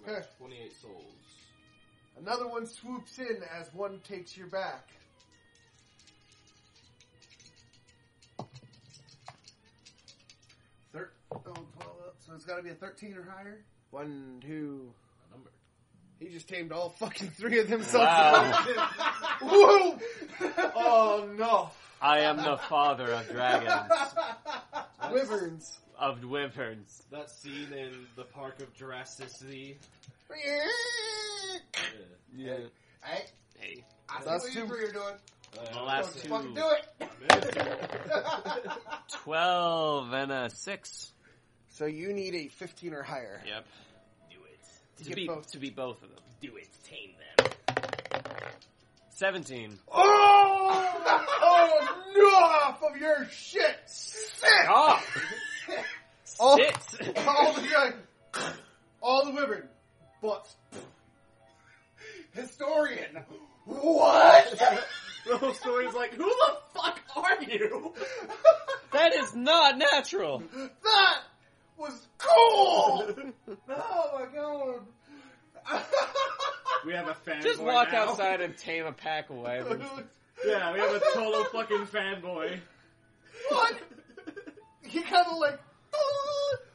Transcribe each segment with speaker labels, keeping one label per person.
Speaker 1: Okay.
Speaker 2: 28 souls.
Speaker 1: Another one swoops in as one takes your back. Thir- oh, 12 up. So it's got to be a 13 or higher. One, two.
Speaker 2: A number.
Speaker 1: He just tamed all fucking three of themselves.
Speaker 3: Wow.
Speaker 1: Woo! Oh, no.
Speaker 3: I am the father of dragons,
Speaker 1: Wyverns.
Speaker 3: of wyverns.
Speaker 2: That scene in the park of Jurassic City.
Speaker 1: Yeah.
Speaker 4: Hey,
Speaker 3: Hey,
Speaker 4: I
Speaker 1: That's
Speaker 4: see what you
Speaker 1: too-
Speaker 4: three are doing.
Speaker 2: uh,
Speaker 3: the last
Speaker 4: Don't
Speaker 3: two.
Speaker 4: you fucking do it.
Speaker 3: Twelve and a six.
Speaker 1: So you need a 15 or higher.
Speaker 3: Yep.
Speaker 5: Do it.
Speaker 1: To
Speaker 3: To
Speaker 1: get
Speaker 3: be
Speaker 1: both.
Speaker 3: to be both of them.
Speaker 5: Do it. Tame them.
Speaker 3: Seventeen.
Speaker 1: Oh! oh, no! Off of your shit! Sick!
Speaker 3: Oh,
Speaker 1: All,
Speaker 3: shit.
Speaker 1: all the dragon. All the wyvern. But
Speaker 4: Historian. What?
Speaker 2: The whole story's like, who the fuck are you?
Speaker 3: that is not natural.
Speaker 1: that was cool!
Speaker 4: oh my god.
Speaker 2: We have a fanboy.
Speaker 3: Just walk
Speaker 2: now.
Speaker 3: outside and tame a pack of wyverns.
Speaker 2: Yeah, we have a total fucking fanboy.
Speaker 1: what? He kind of like. "Ah!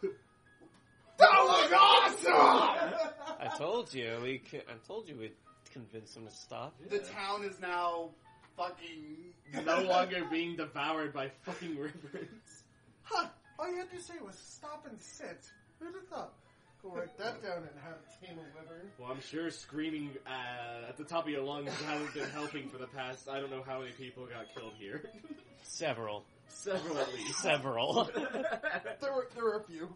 Speaker 1: That was awesome!
Speaker 3: I told you we. c I I told you we'd convince him to stop.
Speaker 4: the town is now fucking
Speaker 2: No longer being devoured by fucking rivers.
Speaker 1: Huh, all you had to say was stop and sit. Who'd have thought? Go write that down and have a tame a wyvern.
Speaker 2: Well, I'm sure screaming uh, at the top of your lungs hasn't been helping for the past. I don't know how many people got killed here.
Speaker 3: Several,
Speaker 2: Several at least.
Speaker 3: several.
Speaker 1: There were, there were a few.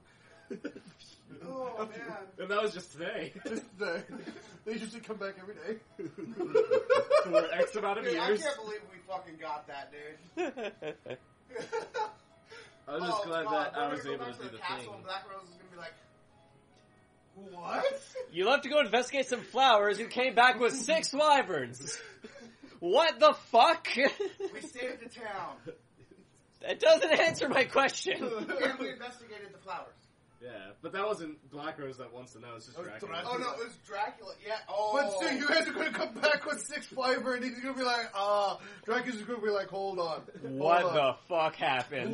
Speaker 4: Oh man.
Speaker 2: and that was just today.
Speaker 1: Just the, they usually come back every day.
Speaker 2: For X amount of
Speaker 4: Dude, I
Speaker 2: years.
Speaker 4: can't believe we fucking got that, dude.
Speaker 2: I was just
Speaker 4: Oh,
Speaker 2: glad
Speaker 4: God,
Speaker 2: that I
Speaker 4: we're
Speaker 2: was
Speaker 4: gonna go
Speaker 2: able to
Speaker 4: back
Speaker 2: do the
Speaker 4: castle
Speaker 2: thing.
Speaker 4: and Black Rose is gonna be like, what?
Speaker 3: you left to go investigate some flowers. You came back with six wyverns. What the fuck?
Speaker 4: We saved the town.
Speaker 3: that doesn't answer my question.
Speaker 4: and we investigated the flowers.
Speaker 2: Yeah, but that wasn't Black Rose that wants to know. It's just
Speaker 1: That was
Speaker 2: Dracula.
Speaker 1: Dracula.
Speaker 4: Oh no, it was Dracula. Yeah. Oh.
Speaker 1: But so you guys are going to come back with six fiber, and he's going to be like, ah. Dracula's going to be like, hold on. hold
Speaker 3: What
Speaker 1: on.
Speaker 3: the fuck happened?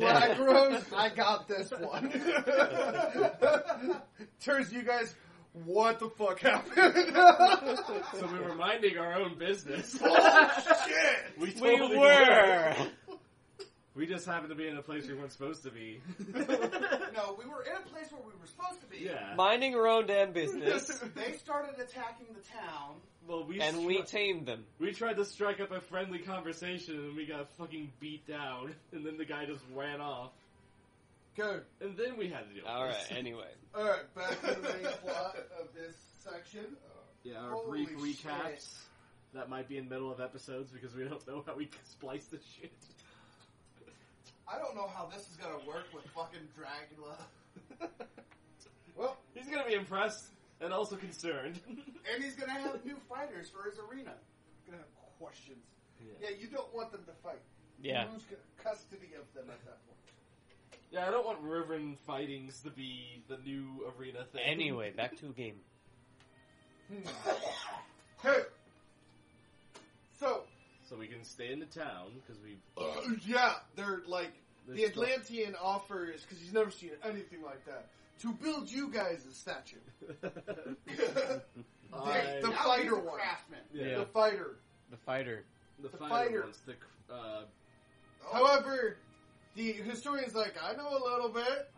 Speaker 1: Black Rose, I got this one. Turns to you guys, what the fuck happened?
Speaker 2: So we were minding our own business.
Speaker 1: Shit!
Speaker 2: we
Speaker 3: we
Speaker 2: totally
Speaker 3: were.
Speaker 2: We just happened to be in a place we weren't supposed to be.
Speaker 4: No, we were in a place where we were supposed to be.
Speaker 2: yeah.
Speaker 3: minding our own damn business,
Speaker 4: They started attacking the town.
Speaker 2: well, we
Speaker 3: and we
Speaker 2: stri-
Speaker 3: tamed them.
Speaker 2: we tried to strike up a friendly conversation, and we got fucking beat down. And then the guy just ran off.
Speaker 1: Good.
Speaker 2: And then we had to deal.
Speaker 3: All
Speaker 2: with
Speaker 3: right.
Speaker 2: this.
Speaker 3: Anyway,
Speaker 1: Alright, back to the main plot of this section.
Speaker 2: Yeah, our
Speaker 1: Holy
Speaker 2: brief
Speaker 1: shit.
Speaker 2: recaps. That might be in middle of episodes because we don't know how we splice this shit.
Speaker 4: I don't know how this is gonna work with fucking Dracula.
Speaker 1: Well,
Speaker 2: He's gonna be impressed and also concerned.
Speaker 4: And he's gonna have new fighters for his arena. Gonna have questions.
Speaker 1: yeah, you don't want them to fight.
Speaker 3: yeah.
Speaker 1: Who's got custody of them at that point?
Speaker 2: Yeah, I don't want Reverend Fightings to be the new arena thing.
Speaker 3: Anyway, back to game.
Speaker 1: Hey! So,
Speaker 2: So we can stay in the town because we.
Speaker 1: Uh. yeah, they're like,
Speaker 2: there's
Speaker 1: the
Speaker 2: still-
Speaker 1: Atlantean offers, because he's never seen anything like that, to build you guys a statue.
Speaker 2: I-
Speaker 1: The
Speaker 4: Now
Speaker 1: fighter
Speaker 4: he's a
Speaker 1: one.
Speaker 4: craftsman.
Speaker 2: yeah,
Speaker 1: The fighter.
Speaker 3: The fighter.
Speaker 2: the,
Speaker 1: the
Speaker 2: fighter
Speaker 1: fighter.
Speaker 2: wants the cr- uh,
Speaker 4: Oh.
Speaker 1: However, the historian's like, I know a little bit.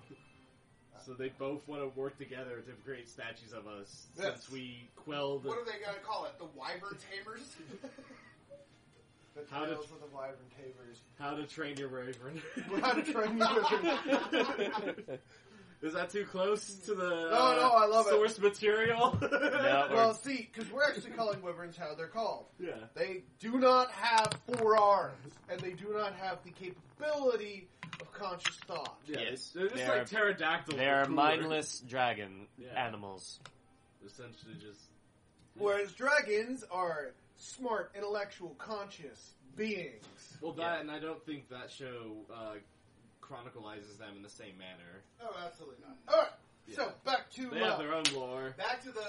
Speaker 2: so they both want to work together to create statues of us
Speaker 1: Yes.
Speaker 2: since we quelled.
Speaker 4: What are they gonna call it? The Wyvern Tamers?
Speaker 1: The
Speaker 2: How did-
Speaker 1: tales of the Wyvern Tavers.
Speaker 2: How to Train Your Raven?
Speaker 1: We're not trying to
Speaker 2: Is that too close to the
Speaker 1: No, no, I love it.
Speaker 2: source material?
Speaker 3: No.
Speaker 1: Well, see, because we're actually calling wyverns how they're called.
Speaker 2: yeah,
Speaker 1: They do not have four arms, and they do not have the capability of conscious thought.
Speaker 2: yeah.
Speaker 3: Yes.
Speaker 2: They're just
Speaker 3: They're-
Speaker 2: like pterodactyls.
Speaker 3: They are
Speaker 2: but cooler.
Speaker 3: mindless dragon
Speaker 2: Yeah.
Speaker 3: animals.
Speaker 2: Essentially, just
Speaker 1: Whereas dragons are smart, intellectual, conscious beings.
Speaker 2: well that,
Speaker 3: Yeah.
Speaker 2: and I don't think that show uh, chronicalizes them in the same manner.
Speaker 1: Oh, absolutely not. All right.
Speaker 4: Yeah.
Speaker 1: So back to
Speaker 2: They
Speaker 1: uh,
Speaker 2: have their own lore.
Speaker 4: Back to the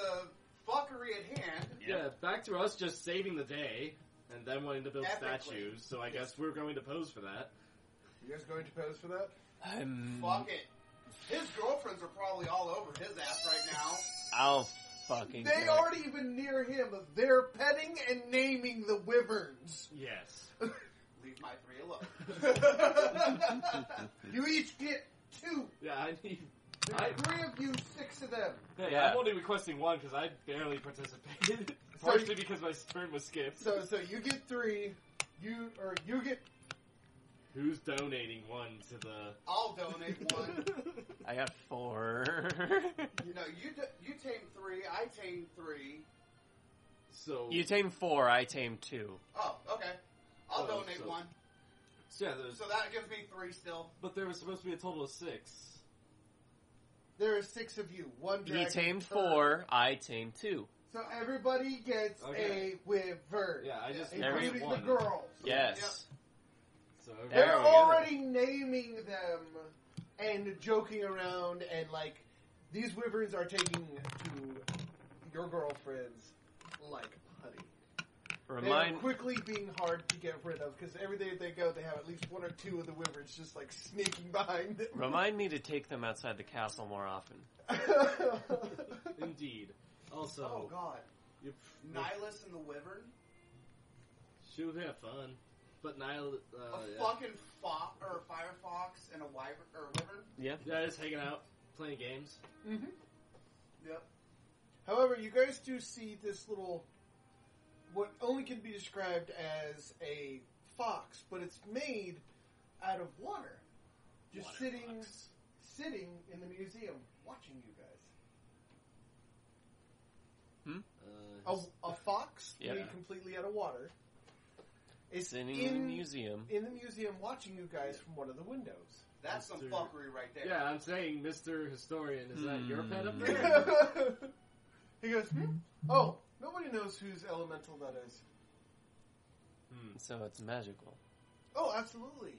Speaker 4: fuckery at hand.
Speaker 2: Yeah, back to us just saving the day and then wanting to build
Speaker 4: Epically.
Speaker 2: statues, so I guess we're going to pose for that.
Speaker 1: you guys going to pose for that?
Speaker 3: I'm,
Speaker 4: Fuck it. His girlfriends are probably all over his ass right now.
Speaker 3: I'll fucking. do
Speaker 1: They
Speaker 3: it.
Speaker 1: aren't even near him. They're petting and naming the wyverns.
Speaker 2: Yes.
Speaker 4: Leave my three alone.
Speaker 1: You each get two.
Speaker 2: Yeah, I need.
Speaker 1: There's
Speaker 2: I-
Speaker 1: three of you, six of them.
Speaker 2: Hey,
Speaker 3: Yeah.
Speaker 2: I'm only requesting one because I barely participated. Partially because my turn was skipped.
Speaker 1: So so you get three. You or you get
Speaker 2: Who's donating one to the?
Speaker 4: I'll donate one.
Speaker 3: I got four.
Speaker 4: You know, you d- you tame three, I tame three.
Speaker 2: so
Speaker 3: you tame four. I tame two.
Speaker 4: Oh, okay. I'll
Speaker 2: Oh,
Speaker 4: donate
Speaker 2: so-
Speaker 4: one.
Speaker 2: so yeah, there's
Speaker 4: So that gives me three still.
Speaker 2: but there was supposed to be a total of six.
Speaker 1: there are six of you. One.
Speaker 3: He
Speaker 1: dragon
Speaker 3: tamed
Speaker 1: per.
Speaker 3: four. I tamed two.
Speaker 1: So everybody gets
Speaker 2: Okay.
Speaker 1: a wyvern.
Speaker 2: Yeah, I just
Speaker 3: Every
Speaker 1: including
Speaker 2: one.
Speaker 1: the girls.
Speaker 3: Yes.
Speaker 2: So
Speaker 1: They're
Speaker 3: There we
Speaker 2: everybody-
Speaker 3: go.
Speaker 1: already naming them and joking around and like these wyverns are taking to your girlfriends like honey. They're
Speaker 3: Remind.
Speaker 1: quickly being hard to get rid of because everywhere they go, they have at least one or two of the wyverns just like sneaking behind. them.
Speaker 3: Remind me to take them outside the castle more often.
Speaker 2: Indeed. Also,
Speaker 4: Oh god.
Speaker 2: you
Speaker 4: Nihilus and the Wyvern?
Speaker 2: she would have fun, but Nile. Uh,
Speaker 4: a
Speaker 2: yeah.
Speaker 4: fucking fo- or a firefox and a wyvern or a wyvern?
Speaker 3: Yeah.
Speaker 2: yeah, just hanging out, playing games.
Speaker 1: Mhm.
Speaker 4: Yep.
Speaker 1: However, you guys do see this little, what only can be described as a fox, but it's made out of water, just
Speaker 2: Water
Speaker 1: sitting,
Speaker 2: fox.
Speaker 1: sitting in the museum watching you guys.
Speaker 2: Uh,
Speaker 4: Oh,
Speaker 1: A, a fox
Speaker 3: Yeah.
Speaker 1: made completely out of water. It's
Speaker 3: Sitting
Speaker 1: in
Speaker 3: in the museum.
Speaker 1: in the museum watching you guys from one of the windows.
Speaker 4: That's some
Speaker 2: Mr.
Speaker 4: fuckery right there.
Speaker 2: yeah, I'm saying, Mister Historian, is that your pet up there?
Speaker 1: he goes, hmm? Oh, nobody knows whose elemental that is.
Speaker 3: So it's magical.
Speaker 1: Oh, absolutely.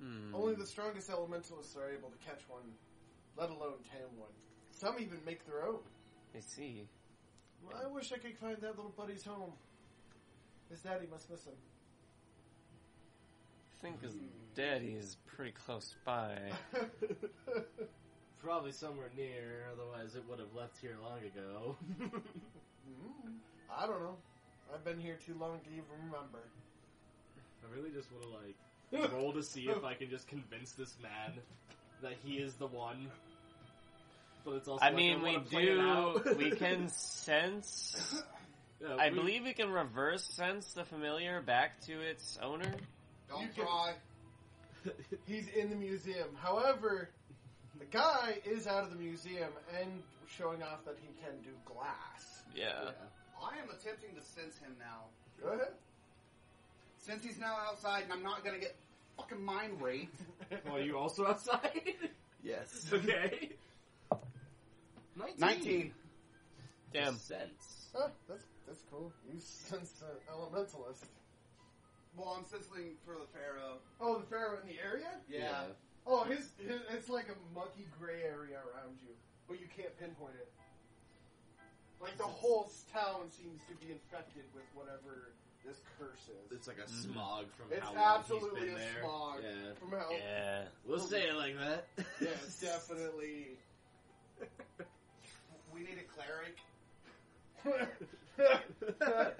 Speaker 3: Hmm.
Speaker 1: Only the strongest elementalists are able to catch one, let alone tame one. Some even make their own.
Speaker 3: I see.
Speaker 1: Well, I wish I could find that little buddy's home. His daddy must miss him.
Speaker 3: I think his daddy is pretty close by.
Speaker 2: Probably somewhere near, otherwise it would have left here long ago.
Speaker 1: Mm, I don't know. I've been here too long to even remember.
Speaker 2: I really just want to like roll to see if I can just convince this man that he is the one. But it's also
Speaker 3: I
Speaker 2: like,
Speaker 3: mean, we
Speaker 2: wanna play it
Speaker 3: do.
Speaker 2: out.
Speaker 3: We can sense.
Speaker 2: Yeah,
Speaker 3: I
Speaker 2: we-
Speaker 3: believe we can reverse sense the familiar back to its owner.
Speaker 4: Don't
Speaker 1: You can-
Speaker 4: try.
Speaker 1: He's in the museum. However, the guy is out of the museum and showing off that he can do glass.
Speaker 3: Yeah.
Speaker 4: I am attempting to sense him now.
Speaker 1: Go ahead.
Speaker 4: Since he's now outside and I'm not gonna get fucking mind raped.
Speaker 2: Well, Oh, you also outside?
Speaker 1: Yes.
Speaker 2: okay. 19.
Speaker 4: Nineteen.
Speaker 3: Damn.
Speaker 2: Sense.
Speaker 1: Huh, that's that's cool. You sense an elementalist.
Speaker 4: Well, I'm sensing for the pharaoh.
Speaker 1: Oh, the pharaoh in the area?
Speaker 4: Yeah.
Speaker 1: Oh, his, his it's like a mucky gray area around you, but you can't pinpoint it. Like the whole town seems to be infected with whatever this curse is.
Speaker 2: It's like a
Speaker 3: Mhm.
Speaker 2: smog from
Speaker 1: It's
Speaker 2: how long
Speaker 1: absolutely
Speaker 2: he's been
Speaker 1: a
Speaker 2: there.
Speaker 1: smog.
Speaker 2: Yeah.
Speaker 1: From hell.
Speaker 3: Yeah.
Speaker 2: We'll say it like that.
Speaker 1: Yes, definitely.
Speaker 4: We need a cleric.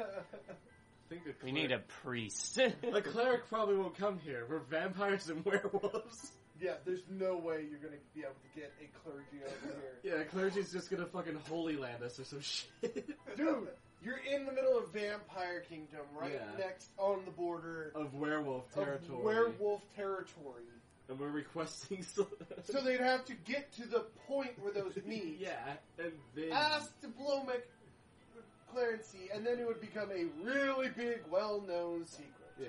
Speaker 2: Think a
Speaker 3: We need a priest.
Speaker 2: The cleric probably won't come here. We're vampires and werewolves.
Speaker 1: yeah, there's no way you're gonna be able to get a clergy over here.
Speaker 2: Yeah, clergy's just gonna fucking holy land us or some shit.
Speaker 1: Dude, you're in the middle of Vampire Kingdom, right
Speaker 2: Yeah.
Speaker 1: next on the border
Speaker 2: Of werewolf territory.
Speaker 1: of werewolf territory.
Speaker 2: And we're requesting. So,
Speaker 1: So they'd have to get to the point where those meet.
Speaker 2: Yeah, and then.
Speaker 1: Ask Diplomic Clarency, and then it would become a really big, well known secret.
Speaker 2: Yeah.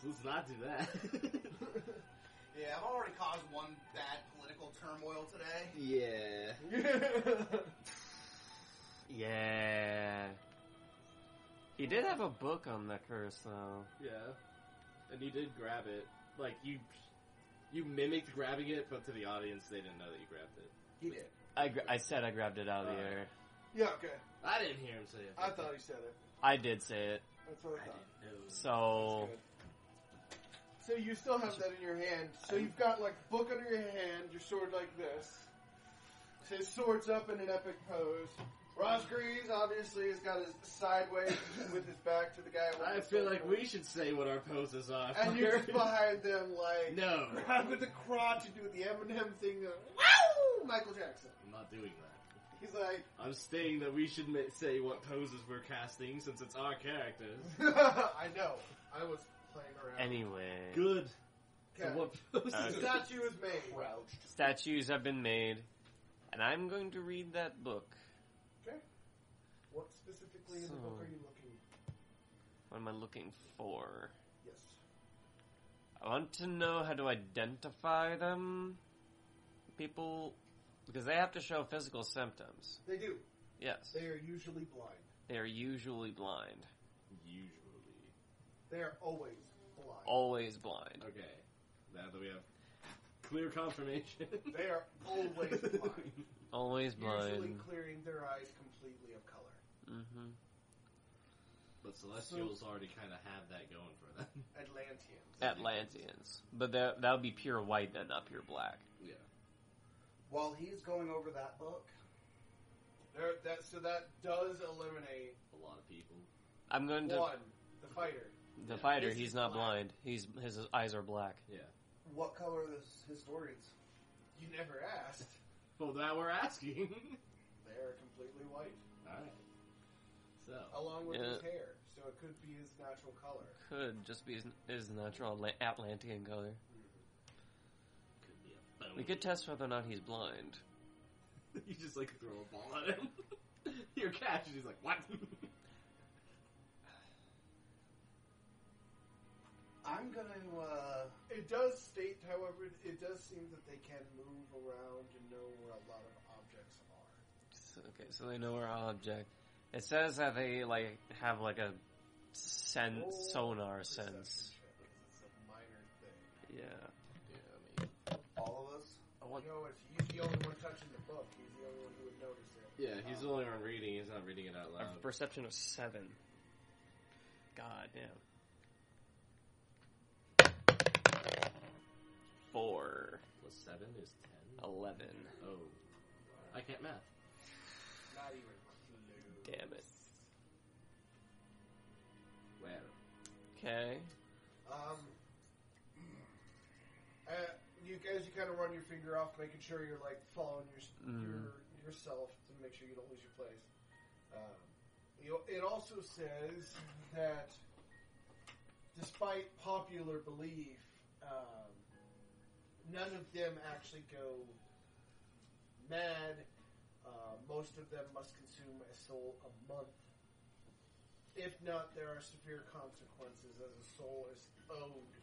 Speaker 2: So let's not do that.
Speaker 4: Yeah, I've already caused one bad political turmoil today.
Speaker 2: yeah.
Speaker 3: yeah. He did have a book on the curse, though.
Speaker 2: Yeah. And you did grab it. Like, you You mimicked grabbing it, but to the audience, they didn't know that you grabbed it.
Speaker 1: He did.
Speaker 3: I, gra- I said I grabbed it out of the air.
Speaker 1: Yeah, okay.
Speaker 2: I didn't hear him say it.
Speaker 1: I thought he said it.
Speaker 3: I did say it.
Speaker 1: That's what
Speaker 5: I
Speaker 1: I thought.
Speaker 5: didn't know.
Speaker 2: Oh.
Speaker 3: So
Speaker 1: Good. So you still have that in your hand. So you've got like book under your hand, your sword like this. His sword's up in an epic pose. Rosgreaves obviously has got his sideways with his back to the guy. with
Speaker 2: I
Speaker 1: the
Speaker 2: feel
Speaker 1: sword.
Speaker 2: like we should say what our poses are.
Speaker 1: And you're
Speaker 2: fucker.
Speaker 1: just behind them, like
Speaker 2: No,
Speaker 1: grabbing the crotch and doing the Eminem thing. uh, Wow, Michael Jackson.
Speaker 2: I'm not doing that.
Speaker 1: He's like,
Speaker 2: I'm stating that we should ma- say what poses we're casting since it's our characters.
Speaker 1: I know. I was playing around.
Speaker 3: anyway,
Speaker 2: Good. So
Speaker 1: Okay.
Speaker 2: what poses?
Speaker 1: The
Speaker 3: Uh,
Speaker 1: statue is made.
Speaker 4: Crouched.
Speaker 3: statues have been made, and I'm going to read that book.
Speaker 1: What specifically in the book
Speaker 3: So-
Speaker 1: are you looking?
Speaker 3: What am I looking for?
Speaker 1: Yes.
Speaker 3: I want to know how to identify them, people, because they have to show physical symptoms.
Speaker 1: They do.
Speaker 3: Yes,
Speaker 1: They are usually blind.
Speaker 3: they are usually blind,
Speaker 2: Usually.
Speaker 1: They are always blind.
Speaker 3: always blind.
Speaker 2: Okay. Now that we have clear confirmation.
Speaker 1: They are always blind.
Speaker 3: Always
Speaker 1: Usually
Speaker 3: blind.
Speaker 1: clearing their eyes completely of color.
Speaker 3: Mm-hmm.
Speaker 2: But Celestials already kind of have that going for them.
Speaker 1: Atlanteans.
Speaker 3: Atlanteans, but that that would be pure white, then not pure black.
Speaker 2: Yeah.
Speaker 4: While he's going over that book,
Speaker 1: There, that, so that does eliminate
Speaker 2: A lot of people.
Speaker 3: I'm going to
Speaker 1: one, the fighter.
Speaker 3: the
Speaker 2: Yeah,
Speaker 3: fighter.
Speaker 1: this
Speaker 3: He's
Speaker 1: is
Speaker 3: not
Speaker 1: black.
Speaker 3: blind. He's his eyes are black.
Speaker 2: Yeah.
Speaker 4: what color is his stories?
Speaker 1: You never asked.
Speaker 2: Well, now we're asking.
Speaker 1: They are completely white,
Speaker 2: Alright. So.
Speaker 1: along with his
Speaker 3: Yeah.
Speaker 1: hair. So it could be his natural color.
Speaker 3: Could just be his, his natural Atla- Atlantean color.
Speaker 2: Could be a bone.
Speaker 3: We could test whether or not he's blind.
Speaker 2: you just like throw a ball at him. You're catch, and he's like, what?
Speaker 4: I'm gonna, uh,
Speaker 1: It does state, however, it does seem that they can move around and know where a lot of objects are.
Speaker 3: So- Okay, so they know our object. It says that they like have like a sen-
Speaker 1: Roll
Speaker 3: sonar
Speaker 1: Oh, Perception
Speaker 3: sense.
Speaker 1: check, 'cause It's a minor thing.
Speaker 3: Yeah.
Speaker 2: yeah,
Speaker 4: all of us.
Speaker 3: I want.
Speaker 1: No, it's, he's the only one touching the book. He's the only one who would notice it. Um,
Speaker 2: yeah, he's the only one reading. He's not reading it out
Speaker 3: I
Speaker 2: loud.
Speaker 3: have a perception of seven. God damn. Four.
Speaker 2: Plus seven is ten.
Speaker 3: Eleven.
Speaker 2: Oh, I can't math.
Speaker 1: Not even close.
Speaker 3: Damn it.
Speaker 2: Where?
Speaker 3: Okay.
Speaker 1: Um, uh, you guys, you kind of run your finger off, making sure you're like following your,
Speaker 3: Mhm.
Speaker 1: your yourself to make sure you don't lose your place. Um, you, it also says that, despite popular belief, um, none of them actually go mad. Uh, most of them must consume a soul a month. If not, there are severe consequences as a soul is owed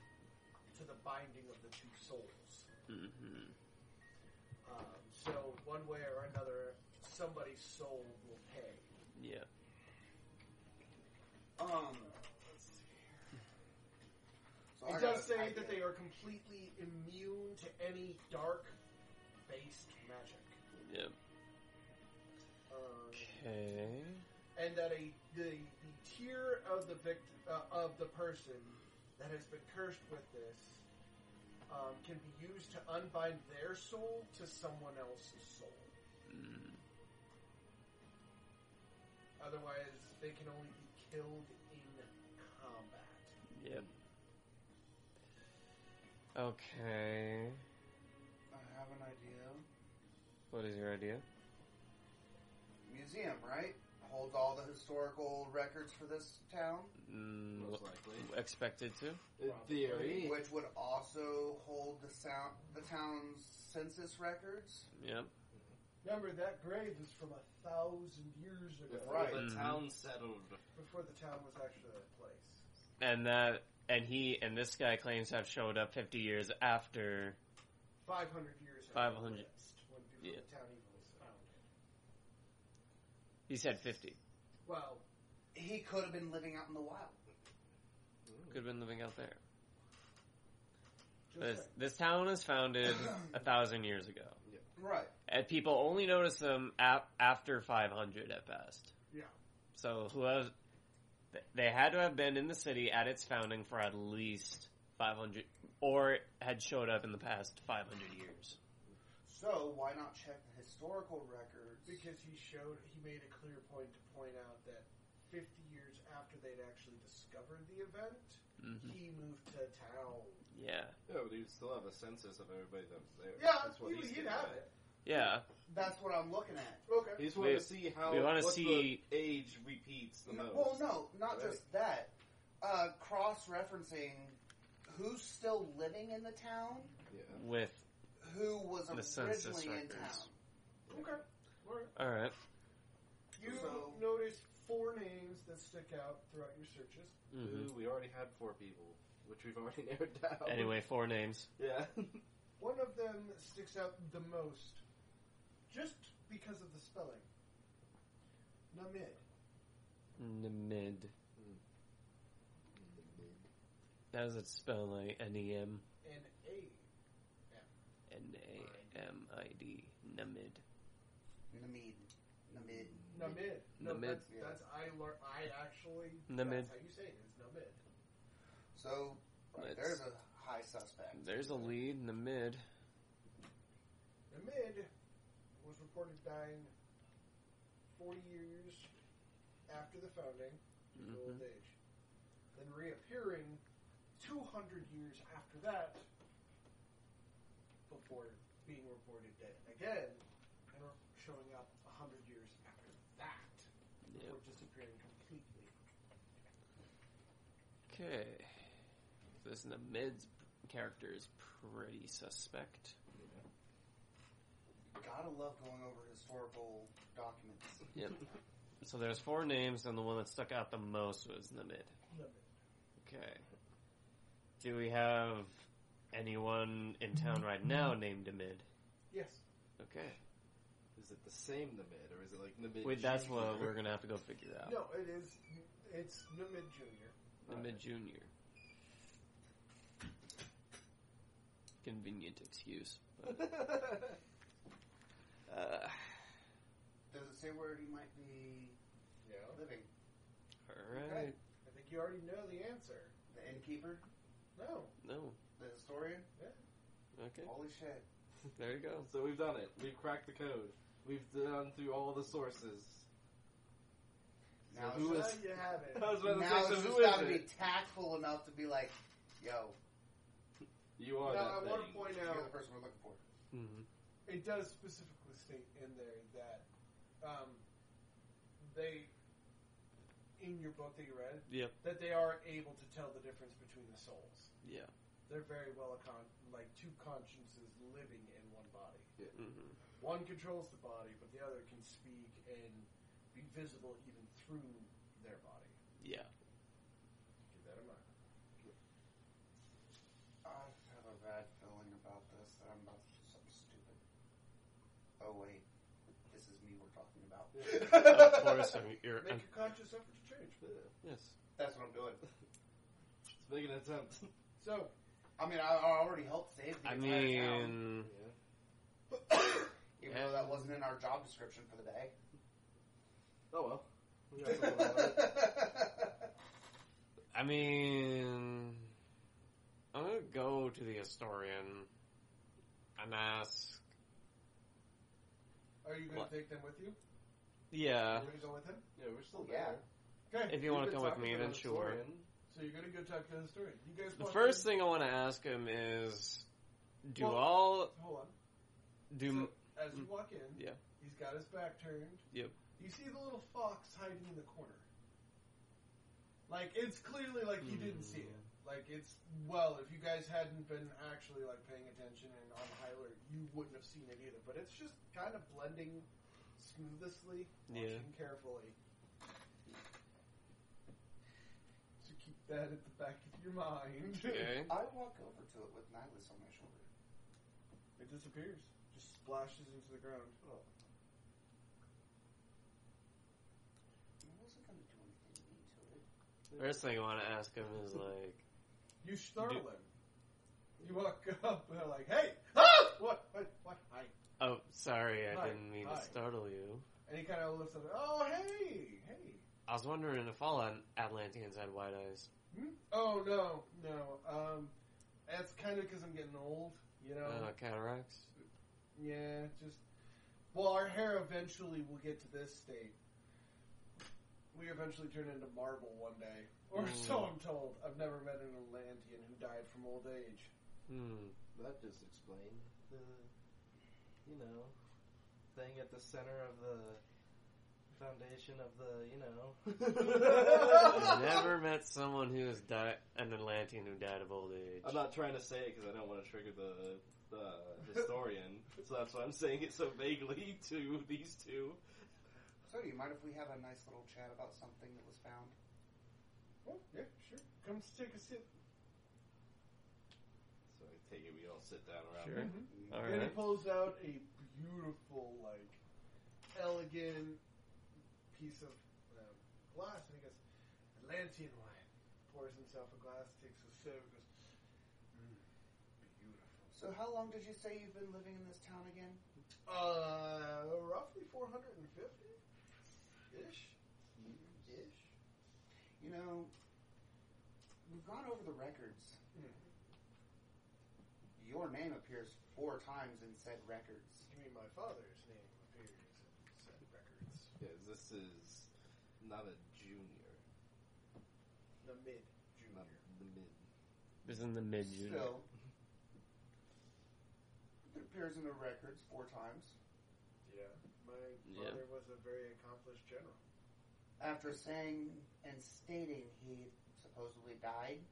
Speaker 1: to the binding of the two souls.
Speaker 3: Mm-hmm.
Speaker 1: Um, so one way or another, somebody's soul will pay.
Speaker 3: Yeah.
Speaker 4: Um. So I
Speaker 1: it
Speaker 4: gotta-
Speaker 1: does say
Speaker 4: I-
Speaker 1: that they are completely immune to any dark-based magic,
Speaker 3: Yeah.
Speaker 1: um,
Speaker 3: Okay.
Speaker 1: and that a the, the tier of the vict- uh, of the person that has been cursed with this um, can be used to unbind their soul to someone else's soul.
Speaker 3: Mm.
Speaker 1: Otherwise, they can only be killed in combat.
Speaker 3: Yep. Okay.
Speaker 4: I have an idea.
Speaker 3: What is your idea?
Speaker 4: Museum, right? Holds all the historical records for this town,
Speaker 3: Mm,
Speaker 2: Most
Speaker 3: wh-
Speaker 2: likely.
Speaker 3: expected to?
Speaker 2: In theory.
Speaker 4: which would also hold the sound, the town's census records.
Speaker 3: Yep.
Speaker 1: Remember, that grave is from a thousand years ago.
Speaker 2: Before
Speaker 4: Right.
Speaker 2: the
Speaker 3: Mhm.
Speaker 2: town settled.
Speaker 1: Before the town was actually a place.
Speaker 3: And that, and he and this guy claims to have showed up 50 years after.
Speaker 1: 500 years after
Speaker 3: 500.
Speaker 1: Christ, When before
Speaker 3: Yeah.
Speaker 1: the town even was founded.
Speaker 3: He said 50.
Speaker 1: Well,
Speaker 4: He could have been living out in the wild.
Speaker 3: Could have been living out there.
Speaker 4: Just
Speaker 3: This,
Speaker 4: saying.
Speaker 3: this town was founded a thousand years ago.
Speaker 4: Right.
Speaker 3: And people only notice them ap- after 500 at best.
Speaker 1: Yeah.
Speaker 3: So who else? th- They had to have been in the city at its founding for at least 500, or had showed up in the past 500 years.
Speaker 4: So why not check the historical records?
Speaker 1: Because he showed, he made a clear point to point out that 50 years after they'd actually discovered the event,
Speaker 3: Mhm.
Speaker 1: he moved to town.
Speaker 3: Yeah,
Speaker 2: Yeah, but he'd still have a census of everybody that was there.
Speaker 1: Yeah,
Speaker 2: That's what
Speaker 1: he,
Speaker 2: he's
Speaker 1: he'd
Speaker 2: getting
Speaker 1: have
Speaker 2: at.
Speaker 1: it.
Speaker 3: yeah.
Speaker 4: That's what I'm looking at.
Speaker 1: Okay.
Speaker 2: He just wanted
Speaker 3: We-
Speaker 2: to see how
Speaker 3: we wanna
Speaker 2: what
Speaker 3: see-
Speaker 2: the age repeats the
Speaker 4: No,
Speaker 2: most.
Speaker 4: well, no, not
Speaker 2: Right.
Speaker 4: just that. Uh, cross-referencing who's still living in the town,
Speaker 2: Yeah.
Speaker 3: With
Speaker 4: who was
Speaker 3: The census
Speaker 4: originally in
Speaker 3: records.
Speaker 4: town.
Speaker 1: Okay. All right.
Speaker 3: all right.
Speaker 1: You
Speaker 4: So-
Speaker 1: notice four names that stick out throughout your searches.
Speaker 6: Uh,
Speaker 3: Mhm.
Speaker 2: Ooh, we already had four people, which we've already narrowed down.
Speaker 3: Anyway, four names.
Speaker 2: Yeah.
Speaker 1: One of them sticks out the most, just because of the spelling. Namid.
Speaker 3: Nemid. How does it spell like N E M
Speaker 1: N A.
Speaker 3: N A M I D? Nemid.
Speaker 4: Namid. Namid.
Speaker 1: Namid. No,
Speaker 3: Namid.
Speaker 1: That's,
Speaker 4: Yeah.
Speaker 1: that's I. lear- I actually.
Speaker 3: Namid.
Speaker 1: That's how you say it. It's Namid.
Speaker 4: So right,
Speaker 3: Let's-
Speaker 4: there's a high suspect.
Speaker 3: There's a lead. Nemid.
Speaker 1: Namid was reported dying 40 years after the founding due to old age, then reappearing 200 years after that before being reported dead again and re- showing up 100 years after that
Speaker 3: Yep.
Speaker 1: before disappearing completely.
Speaker 3: Okay. This Nemid's character is pretty suspect.
Speaker 4: Gotta love going over historical documents.
Speaker 3: Yep. so there's four names, and the one that stuck out the most was Nemid.
Speaker 1: Namid.
Speaker 3: Okay. Do we have anyone in town right now named Nemid?
Speaker 1: Yes.
Speaker 3: Okay.
Speaker 2: Is it the same Namid, or is it like Namid?
Speaker 3: Wait, that's what
Speaker 2: Junior?
Speaker 3: we're gonna have to go figure out.
Speaker 1: No, it is. It's Namid Jr.
Speaker 3: Namid Junior. Convenient excuse. but, uh,
Speaker 4: Does it say where he might be
Speaker 1: Yeah.
Speaker 4: living?
Speaker 3: all right.
Speaker 1: I think you already know the answer.
Speaker 4: The innkeeper?
Speaker 1: No.
Speaker 3: No.
Speaker 4: The historian?
Speaker 3: Okay.
Speaker 4: Holy shit.
Speaker 3: There you go.
Speaker 2: So we've done it. We've cracked the code. We've gone through all the sources. So
Speaker 4: Now
Speaker 2: who
Speaker 1: Now
Speaker 4: it's
Speaker 2: is?
Speaker 1: you have it.
Speaker 2: I was about to
Speaker 4: now
Speaker 2: say,
Speaker 4: it's
Speaker 2: so
Speaker 4: just
Speaker 2: who is
Speaker 4: gotta be
Speaker 2: it?
Speaker 4: tactful enough to be like, yo,
Speaker 2: You
Speaker 1: Now,
Speaker 2: are
Speaker 1: I
Speaker 2: that
Speaker 1: want to
Speaker 2: thing.
Speaker 1: point
Speaker 4: you're the
Speaker 1: out
Speaker 4: person we're looking for.
Speaker 3: Mhm.
Speaker 1: it does specifically state in there that um, they, in your book that you read,
Speaker 3: Yep.
Speaker 1: that they are able to tell the difference between the souls.
Speaker 3: Yeah.
Speaker 1: They're very well a con- like two consciences living in one body.
Speaker 3: Mhm.
Speaker 1: One controls the body, but the other can speak and be visible even through their body.
Speaker 3: Yeah.
Speaker 1: Keep that in mind.
Speaker 4: I have a bad feeling about this that I'm about to do something stupid. Oh wait, this is me we're talking about.
Speaker 3: of course, I'm, you're,
Speaker 1: Make
Speaker 3: I'm,
Speaker 1: a conscious effort to change.
Speaker 2: Yeah.
Speaker 3: yes.
Speaker 4: That's what I'm doing.
Speaker 2: Let's make an attempt.
Speaker 1: So,
Speaker 4: I mean, I, I already helped save the
Speaker 3: I
Speaker 4: entire town,
Speaker 3: mean,
Speaker 2: Yeah.
Speaker 4: even though that wasn't in our job description for the day.
Speaker 2: Oh well. We got someone on it.
Speaker 3: I mean, I'm gonna go to the historian and ask.
Speaker 1: are you going
Speaker 3: What?
Speaker 1: to take them with you?
Speaker 3: Yeah.
Speaker 1: You're going to go with him?
Speaker 2: yeah, we're still
Speaker 4: Yeah.
Speaker 2: there.
Speaker 1: Okay.
Speaker 3: If you want
Speaker 2: We've
Speaker 3: to
Speaker 2: been
Speaker 3: come with
Speaker 2: talking
Speaker 3: me,
Speaker 2: to
Speaker 3: then
Speaker 2: the
Speaker 3: sure.
Speaker 2: historian.
Speaker 1: So you're going to go talk to the story. You guys
Speaker 3: The
Speaker 1: walk in-
Speaker 3: first thing I want to ask him is, do
Speaker 1: Well-
Speaker 3: all
Speaker 1: Hold on.
Speaker 3: do
Speaker 1: So,
Speaker 3: m- mm,
Speaker 1: as you walk in,
Speaker 3: Yeah.
Speaker 1: he's got his back turned.
Speaker 3: Yep.
Speaker 1: You see the little fox hiding in the corner. Like it's clearly like you didn't see it.
Speaker 3: Mm.
Speaker 1: Like it's well, if you guys hadn't been actually like paying attention and on high alert, you wouldn't have seen it either. But it's just kind of blending smoothly,
Speaker 3: Yeah.
Speaker 1: watching carefully. So keep that at the back of your mind.
Speaker 3: okay?
Speaker 4: I walk over to it with Nihilus on my shoulder.
Speaker 1: It disappears. Just splashes into the ground.
Speaker 4: I wasn't gonna do anything mean to it.
Speaker 3: First thing I want to ask him is like,
Speaker 1: You startle him. You walk up, and they're like, "Hey, ah, what, what, what? Hi."
Speaker 3: Oh, sorry, I
Speaker 1: Hi,
Speaker 3: didn't mean
Speaker 1: hi.
Speaker 3: to startle you.
Speaker 1: And he kind of looks at, "Oh, hey, hey."
Speaker 3: I was wondering if all At- Atlanteans had white eyes.
Speaker 1: Hmm? Oh no, no. Um, that's kind of because I'm getting old, you know.
Speaker 3: Uh, cataracts?
Speaker 1: Yeah, just well, our hair eventually will get to this state. We eventually turn into marble one day, or
Speaker 3: Mm.
Speaker 1: so I'm told. I've never met an Atlantean who died from old age.
Speaker 3: Hmm.
Speaker 7: That just explained the, you know, thing at the center of the foundation of the, you
Speaker 3: I've
Speaker 7: know.
Speaker 3: never met someone who has died, an Atlantean who died of old age.
Speaker 1: Uh,
Speaker 6: I'm not trying to say it because I don't want to trigger the uh, historian, so that's why I'm saying it so vaguely to these two.
Speaker 4: So, do you mind if we have a nice little chat about something that was found?
Speaker 1: Oh, yeah, sure. Come take a sit.
Speaker 6: So I take it we all sit down around.
Speaker 3: Sure.
Speaker 1: Mhm.
Speaker 3: All
Speaker 1: and he
Speaker 3: right.
Speaker 1: pulls out a beautiful, like, elegant piece of um, glass, and he goes, Atlantean wine. Pours himself a glass, takes a sip, and goes, "Mm, beautiful.
Speaker 4: So, how long did you say you've been living in this town again?
Speaker 1: Uh, roughly 450-ish?
Speaker 4: Ish. You know, we've gone over the records.
Speaker 1: Mhm.
Speaker 4: Your name appears four times in said records.
Speaker 1: You mean my father's name appears in said records?
Speaker 6: Yeah, this is not a junior,
Speaker 1: The mid
Speaker 6: not
Speaker 1: junior.
Speaker 6: the mid.
Speaker 3: This is in the mid June.
Speaker 4: Still, it appears in the records four times.
Speaker 1: Yeah. My
Speaker 3: Yeah.
Speaker 1: father was a very accomplished general.
Speaker 4: After saying and stating he supposedly died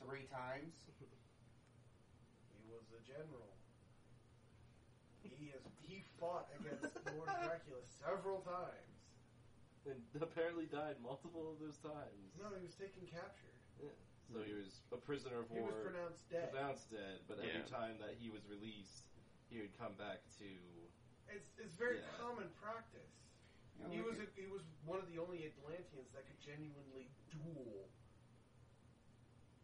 Speaker 4: three times,
Speaker 1: He was a general. He has he fought against Lord Dracula several times.
Speaker 6: And apparently died multiple of those times.
Speaker 1: No, he was taken captured.
Speaker 6: So he was a prisoner of
Speaker 1: He was
Speaker 6: war,
Speaker 1: pronounced dead.
Speaker 6: pronounced dead, but every
Speaker 3: Yeah.
Speaker 6: time that he was released, he would come back to
Speaker 1: It's it's very
Speaker 6: Yeah.
Speaker 1: common practice.
Speaker 4: you know,
Speaker 1: He
Speaker 4: we
Speaker 1: was
Speaker 4: could-
Speaker 1: a, he was one of the only Atlanteans that could genuinely duel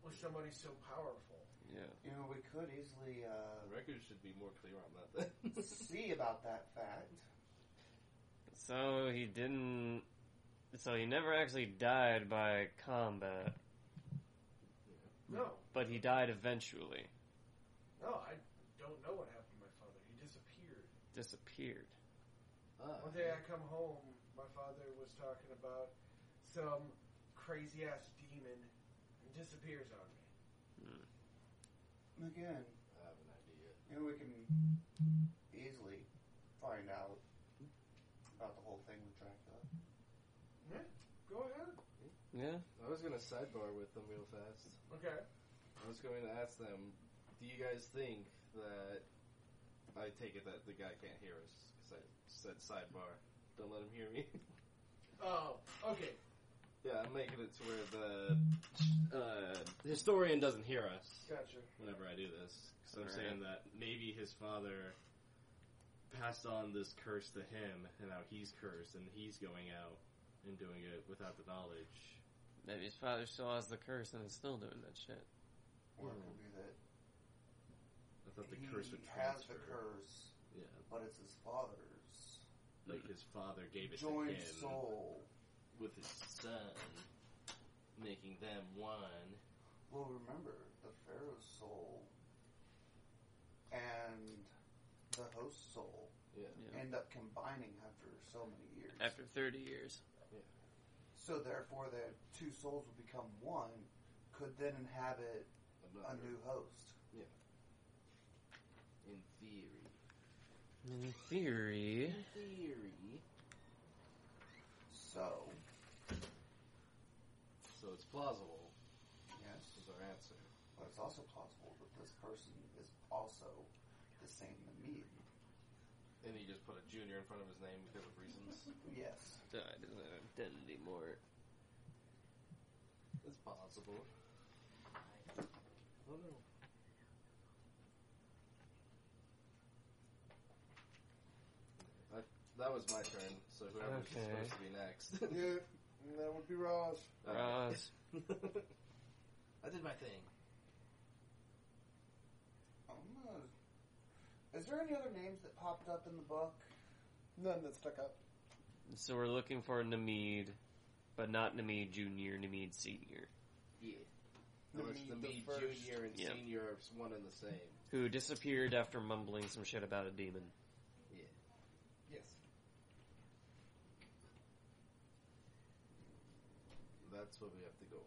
Speaker 1: with somebody so powerful.
Speaker 3: Yeah.
Speaker 4: you know we could easily
Speaker 6: The
Speaker 4: uh,
Speaker 6: record should be more clear on that then.
Speaker 4: see about that fact.
Speaker 3: So he didn't. So he never actually died by combat,
Speaker 1: No,
Speaker 3: but he died eventually.
Speaker 1: no, I don't know what happened to my father. He disappeared.
Speaker 3: Disappeared.
Speaker 1: One day I come home, my father was talking about some crazy ass demon and disappears on me.
Speaker 4: Again,
Speaker 6: I have an idea.
Speaker 4: you know we can easily find out about the whole thing with Dracula.
Speaker 1: Go ahead.
Speaker 3: Yeah.
Speaker 6: I was gonna sidebar with them real fast.
Speaker 1: Okay.
Speaker 6: I was going to ask them, do you guys think that I take it that the guy can't hear us because I said sidebar. Don't let him hear me.
Speaker 1: Oh, okay.
Speaker 6: yeah, I'm making it to where the uh, historian doesn't hear us.
Speaker 1: Gotcha.
Speaker 6: whenever I do this. Because I'm
Speaker 3: Alright.
Speaker 6: saying that maybe his father passed on this curse to him, and now he's cursed, and he's going out and doing it without the knowledge.
Speaker 3: Maybe his father still has the curse and is still doing that shit.
Speaker 4: Or it could be that
Speaker 6: I thought Hmm. the
Speaker 4: he
Speaker 6: curse would
Speaker 4: has
Speaker 6: transfer.
Speaker 4: the curse,
Speaker 6: Yeah,
Speaker 4: but it's his father's
Speaker 6: like his father gave it to
Speaker 4: joint
Speaker 6: him
Speaker 4: soul.
Speaker 6: with his son, making them one.
Speaker 4: Well, remember the Pharaoh's soul and the host's soul
Speaker 6: Yeah.
Speaker 3: Yeah.
Speaker 4: end up combining after so many years.
Speaker 3: After 30 years.
Speaker 4: So therefore, the two souls will become one. Could then inhabit a
Speaker 6: Another,
Speaker 4: new host.
Speaker 6: in
Speaker 3: In
Speaker 6: theory.
Speaker 3: theory.
Speaker 6: theory.
Speaker 4: So
Speaker 6: So it's plausible.
Speaker 4: yes,
Speaker 6: Is our answer.
Speaker 4: but it's also possible that this person is also the same to me.
Speaker 6: And he just put a junior in front of his name because of reasons.
Speaker 4: Yes,
Speaker 3: Died as an identity more.
Speaker 6: It's possible. I don't know. I, that was my turn, so whoever's
Speaker 3: Okay.
Speaker 6: supposed to be next.
Speaker 1: Yeah, that would be Ross.
Speaker 6: Alright.
Speaker 3: Ross.
Speaker 6: I did my thing.
Speaker 4: Is there any other names that popped up in the book?
Speaker 2: None that stuck up.
Speaker 3: So we're looking for Namid, but not Namid Junior, Namid Senior,
Speaker 6: Yeah. Unless
Speaker 2: Namid
Speaker 6: the
Speaker 2: the
Speaker 6: me
Speaker 2: first.
Speaker 6: junior and
Speaker 3: Yeah.
Speaker 6: senior are one and the same.
Speaker 3: who disappeared after mumbling some shit about a demon.
Speaker 2: Yes.
Speaker 6: That's what we have to go on.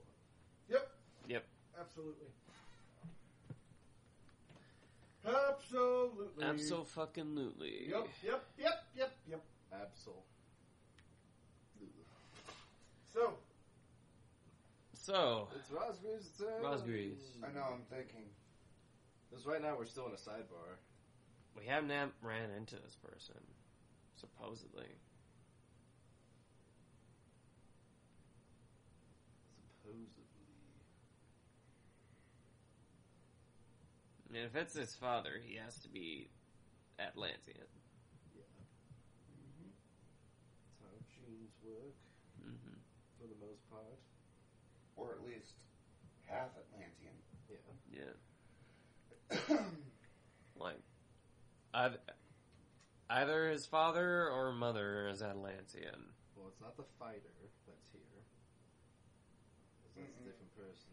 Speaker 1: Absolutely. Absolutely.
Speaker 3: Absolutely. fucking lutely.
Speaker 1: Yep, yep, yep, yep, yep.
Speaker 6: Absol.
Speaker 1: So,
Speaker 3: So,
Speaker 6: It's Rosgreaves. turn.
Speaker 3: Rosgreaves.
Speaker 4: I know, I'm thinking.
Speaker 6: Because right now we're still in a sidebar.
Speaker 3: we haven't am- ran into this person, supposedly.
Speaker 6: Supposedly.
Speaker 3: And if it's his father, he has to be Atlantean.
Speaker 4: mm-hmm,
Speaker 6: That's how genes work,
Speaker 3: hmm
Speaker 6: for the most part.
Speaker 4: Or at least half Atlantean.
Speaker 6: Yeah.
Speaker 3: Yeah. Like, I've, either his father or mother is Atlantean.
Speaker 6: Well, it's not the fighter that's here. 'Cause That's
Speaker 4: Mm-mm.
Speaker 6: a different person.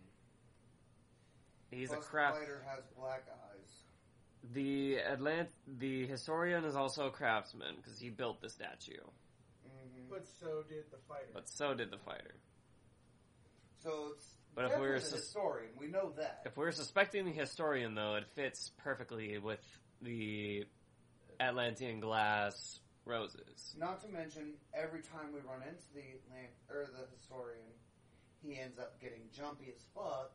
Speaker 3: He's
Speaker 4: Plus
Speaker 3: a
Speaker 4: the
Speaker 3: crap.
Speaker 4: fighter has black eyes.
Speaker 3: The Atlant, the historian is also a craftsman because he built the statue,
Speaker 4: Mm-hmm.
Speaker 1: but so did the fighter.
Speaker 3: but so did the fighter.
Speaker 4: so it's
Speaker 3: But if we're
Speaker 4: definitely
Speaker 3: sus-
Speaker 4: the historian, we know that.
Speaker 3: If we're suspecting the historian, though, it fits perfectly with the Atlantean glass roses.
Speaker 4: Not to mention, every time we run into the land or the historian, he ends up getting jumpy as fuck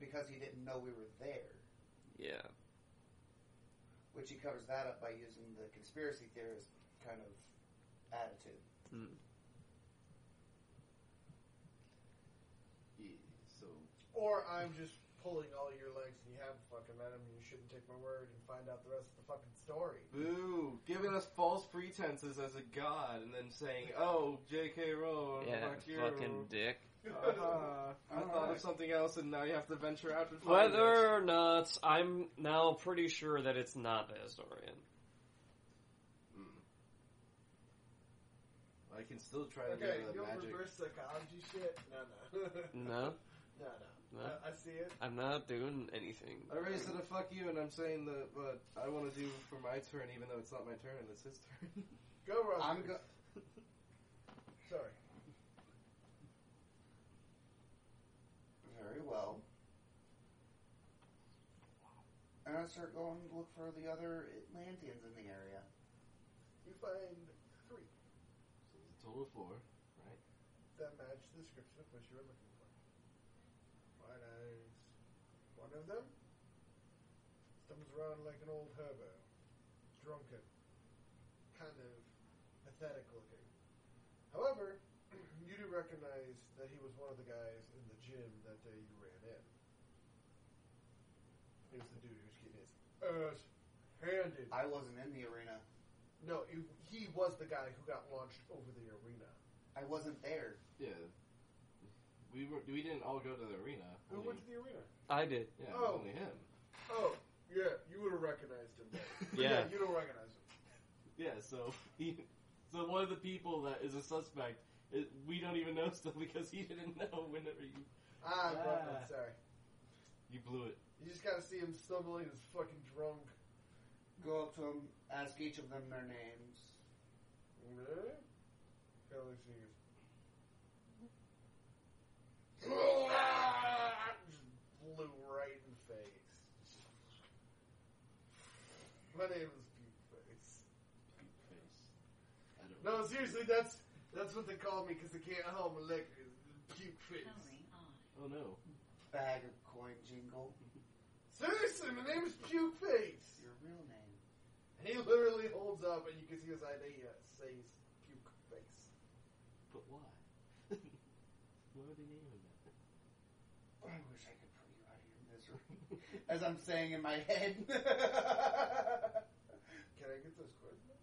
Speaker 4: because he didn't know we were there.
Speaker 3: Yeah,
Speaker 4: Which he covers that up by using the conspiracy theorist kind of attitude.
Speaker 6: Yeah, E, so.
Speaker 1: Or I'm just pulling all your legs and you haven't fucking met him and you shouldn't take my word and find out the rest of the fucking story.
Speaker 6: Boo! Giving us false pretenses as a god and then saying, oh, J.K. Rowling,
Speaker 3: yeah,
Speaker 6: fuck you.
Speaker 3: fucking dick.
Speaker 6: Uh-huh. I thought of something else and now you have to venture out and find it.
Speaker 3: Whether or not I'm now pretty sure that it's not the historian.
Speaker 6: I can still try to
Speaker 1: okay,
Speaker 6: do the
Speaker 1: you know
Speaker 6: magic.
Speaker 1: reverse psychology shit? No, no.
Speaker 3: No,
Speaker 1: no, no.
Speaker 3: No?
Speaker 1: I, I see it.
Speaker 3: I'm not doing anything.
Speaker 6: I raised it a fuck you, and I'm saying that what I want to do for my turn, even though it's not my turn, it's his turn.
Speaker 1: Go, Rob.
Speaker 4: I'm go-
Speaker 1: Sorry.
Speaker 4: Very well. And I start going to look for the other Atlanteans in the area.
Speaker 1: You find three
Speaker 6: so it's a total of four.
Speaker 1: that match the description of what you were looking for. One is one of them stumbles around like an old hobo, drunken, kind of pathetic looking. However, you do recognize that he was one of the guys in the gym that day you ran in. He was the dude who was getting his ass handed.
Speaker 4: I wasn't in the arena.
Speaker 1: No, he, he was the guy who got launched over the arena.
Speaker 4: I wasn't there.
Speaker 6: Yeah, we were we didn't all go to the arena.
Speaker 1: Who
Speaker 6: Only-
Speaker 1: went to the arena?
Speaker 3: I did.
Speaker 6: yeah, it was
Speaker 1: Oh.
Speaker 6: only him.
Speaker 1: Oh, yeah, you would have recognized him. But
Speaker 3: Yeah.
Speaker 1: you don't recognize him.
Speaker 6: Yeah, so he, so one of the people that is a suspect, it, we don't even know still because he didn't know whenever you
Speaker 1: Ah,
Speaker 6: Ah.
Speaker 1: Brooklyn, sorry.
Speaker 6: you blew it.
Speaker 1: You just gotta see him stumbling and fucking drunk.
Speaker 4: Go up to them, ask each of them their names.
Speaker 1: Really? Kinda looks at you and goes, "Ah!" Just blew right in the face. My name is Pete Face.
Speaker 6: Face. I don't
Speaker 1: No, seriously, that's that's what they call me because they can't help my liquor. Puke face.
Speaker 6: Oh no.
Speaker 4: Bag of coin jingle.
Speaker 1: Seriously, my name is Puke Face.
Speaker 4: Your real name.
Speaker 1: And he literally holds up, and you can see his idea says puke face.
Speaker 6: But why? why would they name him that?
Speaker 4: I wish I could put you out of your misery. As I'm saying in my head.
Speaker 1: Can I get those cards? back?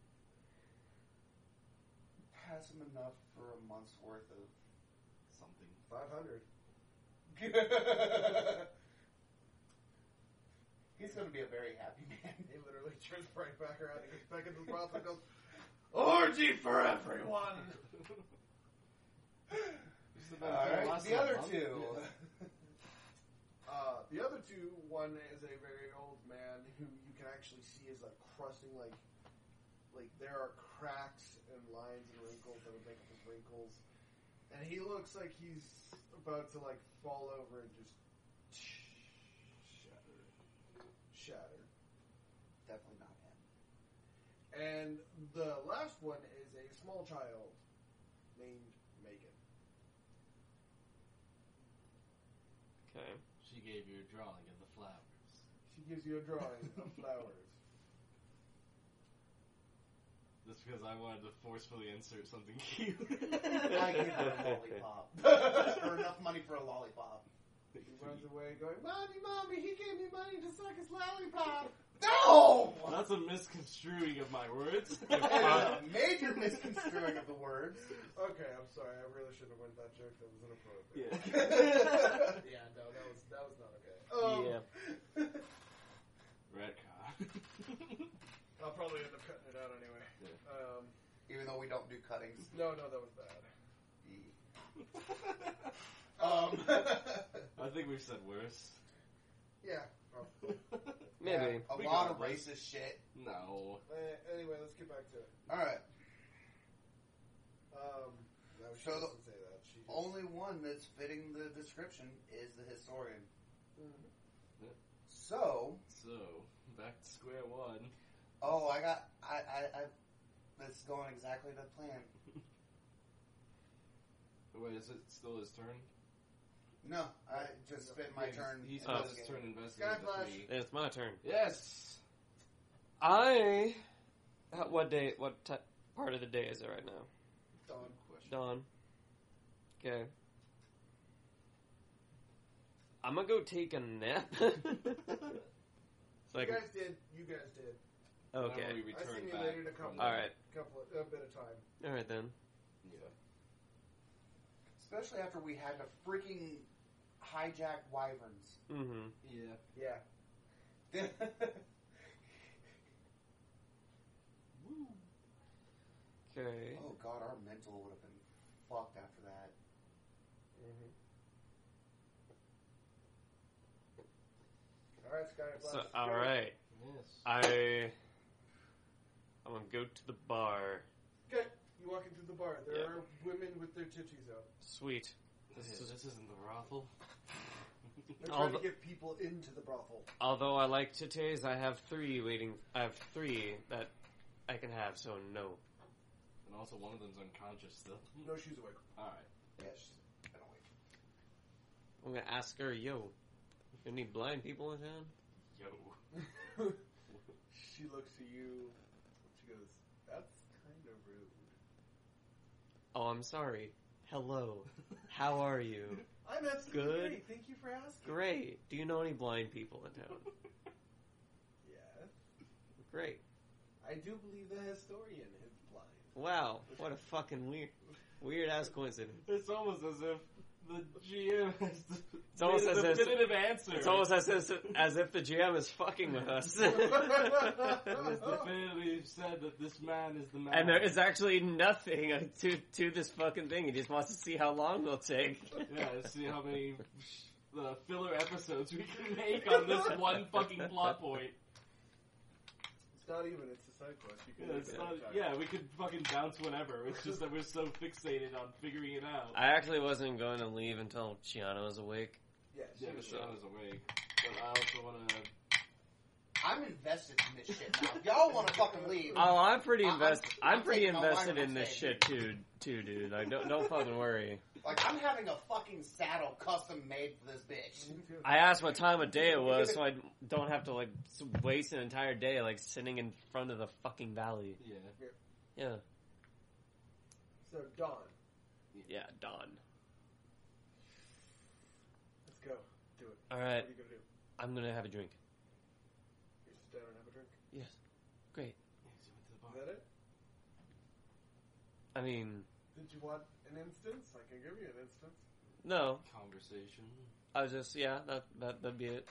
Speaker 4: Pass him enough for a month's worth of.
Speaker 6: Something.
Speaker 1: 500.
Speaker 4: he He's going to be a very happy man.
Speaker 1: He literally turns right back around and gets back into the brothel and goes,
Speaker 8: Orgy for everyone!
Speaker 4: All right, the other two.
Speaker 1: uh, the other two, one is a very old man who you can actually see is like crusting, like, like there are cracks and lines and wrinkles that would make up his wrinkles, and he looks like he's about to like fall over and just shatter, shatter.
Speaker 4: Definitely not him.
Speaker 1: And the last one is a small child named Megan.
Speaker 3: Okay.
Speaker 9: She gave you a drawing of the flowers.
Speaker 1: She gives you a drawing of flowers.
Speaker 2: That's because I wanted to forcefully insert something cute.
Speaker 4: I give her a lollipop. or enough money for a lollipop.
Speaker 1: He runs away going, Mommy, Mommy, he gave me money to suck his lollipop.
Speaker 4: No!
Speaker 2: That's a misconstruing of my words.
Speaker 4: That is a major misconstruing of the words.
Speaker 1: Okay, I'm sorry. I really shouldn't have went that joke. That was inappropriate.
Speaker 2: yeah.
Speaker 1: yeah, no, that was that was not okay. Um,
Speaker 3: Yeah.
Speaker 2: Red car.
Speaker 1: I'll probably end up cutting it out anyway.
Speaker 2: Yeah.
Speaker 1: Um,
Speaker 4: Even though we don't do cuttings.
Speaker 1: no, no, that was bad.
Speaker 4: Um,
Speaker 2: I think we've said worse.
Speaker 1: Yeah. Oh.
Speaker 3: Maybe.
Speaker 4: a
Speaker 2: We
Speaker 4: lot
Speaker 2: got
Speaker 4: of
Speaker 2: this.
Speaker 4: racist shit.
Speaker 2: No.
Speaker 1: Uh, anyway, let's get back to it.
Speaker 4: Alright,
Speaker 1: Um, no, she
Speaker 4: So the-
Speaker 1: doesn't say that. She just,
Speaker 4: only one that's fitting the description is the historian.
Speaker 1: Mhm.
Speaker 4: So,
Speaker 2: So, back to square one.
Speaker 4: oh, I got, I, I, I that's going exactly to plan.
Speaker 2: Wait, is it still his turn?
Speaker 4: No, I just spent my
Speaker 2: Yeah, he's-
Speaker 4: turn.
Speaker 2: He's
Speaker 4: in
Speaker 2: got
Speaker 4: this
Speaker 2: his
Speaker 4: game.
Speaker 2: turn investigated.
Speaker 1: Skyflash.
Speaker 2: me.
Speaker 3: It's my turn.
Speaker 2: Yes!
Speaker 3: I. at What day? What ti part of the day is it right now?
Speaker 1: Dawn.
Speaker 3: Dawn. Okay. I'm gonna go take a nap. so I
Speaker 1: You
Speaker 3: can,
Speaker 1: guys did. You guys did.
Speaker 2: Whenever
Speaker 3: okay.
Speaker 2: we
Speaker 1: I
Speaker 2: return back.
Speaker 1: simulated a
Speaker 2: from
Speaker 1: couple.
Speaker 2: the-
Speaker 3: All right.
Speaker 1: Couple of, a bit of time.
Speaker 3: All right then.
Speaker 2: Yeah.
Speaker 4: Especially after we had to freaking hijack wyverns. Oh,
Speaker 3: Mm-hmm.
Speaker 2: Yeah.
Speaker 1: Yeah.
Speaker 3: Okay.
Speaker 4: Oh god, our mental would have been fucked after that.
Speaker 1: All right, Skyflash.
Speaker 3: So all right.
Speaker 2: Yes.
Speaker 3: Uh, I. I'm gonna go to the bar.
Speaker 1: Okay, you walk into the bar. There
Speaker 3: Yeah.
Speaker 1: are women with their titties out.
Speaker 3: Sweet.
Speaker 2: This, is, this isn't the brothel.
Speaker 1: They're
Speaker 3: All
Speaker 1: trying
Speaker 3: the-
Speaker 1: to get people into the brothel.
Speaker 3: Although I like titties, I have three waiting. I have three that I can have. So no.
Speaker 2: And also, one of them's unconscious still.
Speaker 1: No shoes away.
Speaker 2: Alright.
Speaker 4: Yes. I don't like-
Speaker 3: I'm gonna ask her, yo, any blind people in town?
Speaker 2: Yo.
Speaker 1: she looks at you. She goes, "That's kind of rude."
Speaker 3: Oh, I'm sorry. Hello. How are you?
Speaker 1: I'm absolutely
Speaker 3: Good.
Speaker 1: great. Thank you for asking.
Speaker 3: Great. Do you know any blind people in town?
Speaker 1: Yes,
Speaker 3: Great.
Speaker 1: I do believe the historian is blind.
Speaker 3: Wow. What a fucking weird, weird ass coincidence.
Speaker 2: It's almost as if the GM has the
Speaker 3: It's almost as if-
Speaker 2: definitive answer.
Speaker 3: It's almost as if, as if the GM is fucking with us.
Speaker 2: It is definitively said that this man is the man.
Speaker 3: and there is actually nothing to to this fucking thing. He just wants to see how long it'll take.
Speaker 2: Yeah, let's see how many uh, filler episodes we can make on this one fucking plot point.
Speaker 1: It's not even. It's a side quest. You can
Speaker 2: Yeah, it's not, yeah, we could fucking bounce whenever. It's just that we're so fixated on figuring it out.
Speaker 3: I actually wasn't going to leave until Chiana was awake.
Speaker 1: Yeah,
Speaker 2: Yeah,
Speaker 1: she was
Speaker 2: Sean is awake. But I also want to.
Speaker 4: I'm invested in this shit now. Y'all want to fucking leave?
Speaker 3: Oh, I'm pretty
Speaker 4: I-
Speaker 3: invested.
Speaker 4: I'm-
Speaker 3: I'm,
Speaker 4: I'm
Speaker 3: pretty
Speaker 4: taking my
Speaker 3: invested
Speaker 4: wine
Speaker 3: in this
Speaker 4: and
Speaker 3: shit too, too, dude. Like, don't don't fucking worry.
Speaker 4: Like I'm having a fucking saddle custom made for this bitch.
Speaker 3: I asked what time of day it was, so I don't have to like s- waste an entire day like sitting in front of the fucking valley.
Speaker 2: Yeah.
Speaker 3: Yeah,
Speaker 1: So Dawn,
Speaker 3: yeah, dawn.
Speaker 1: let's go.
Speaker 3: Uh,
Speaker 1: Do it.
Speaker 3: All
Speaker 1: What
Speaker 3: right,
Speaker 1: are you gonna do?
Speaker 3: I'm gonna have a drink.
Speaker 1: You sit down and have a drink.
Speaker 3: Yes, great.
Speaker 1: Is that it?
Speaker 3: I mean,
Speaker 1: Did you want an instance? I can give you an instance.
Speaker 3: no,
Speaker 2: Conversation.
Speaker 3: I was just yeah, that that that'd be it.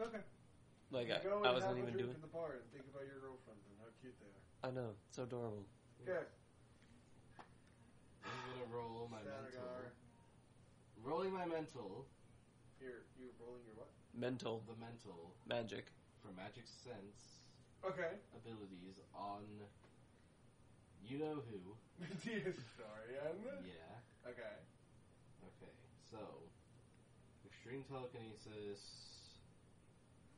Speaker 1: Okay.
Speaker 3: Like I,
Speaker 1: Go and
Speaker 3: I wasn't
Speaker 1: have a
Speaker 3: even
Speaker 1: drink
Speaker 3: doing.
Speaker 1: in the bar and think about your girlfriends and how cute they are.
Speaker 3: I know, it's adorable.
Speaker 1: Good.
Speaker 2: I'm gonna roll Oh my mental.
Speaker 1: Sanagar.
Speaker 2: Rolling my mental,
Speaker 1: You're you rolling your what?
Speaker 3: Mental
Speaker 2: the mental
Speaker 3: magic.
Speaker 2: for magic sense
Speaker 1: Okay.
Speaker 2: abilities on you know who.
Speaker 1: Sorry.
Speaker 2: Yeah.
Speaker 1: Okay.
Speaker 2: Okay. So, extreme telekinesis.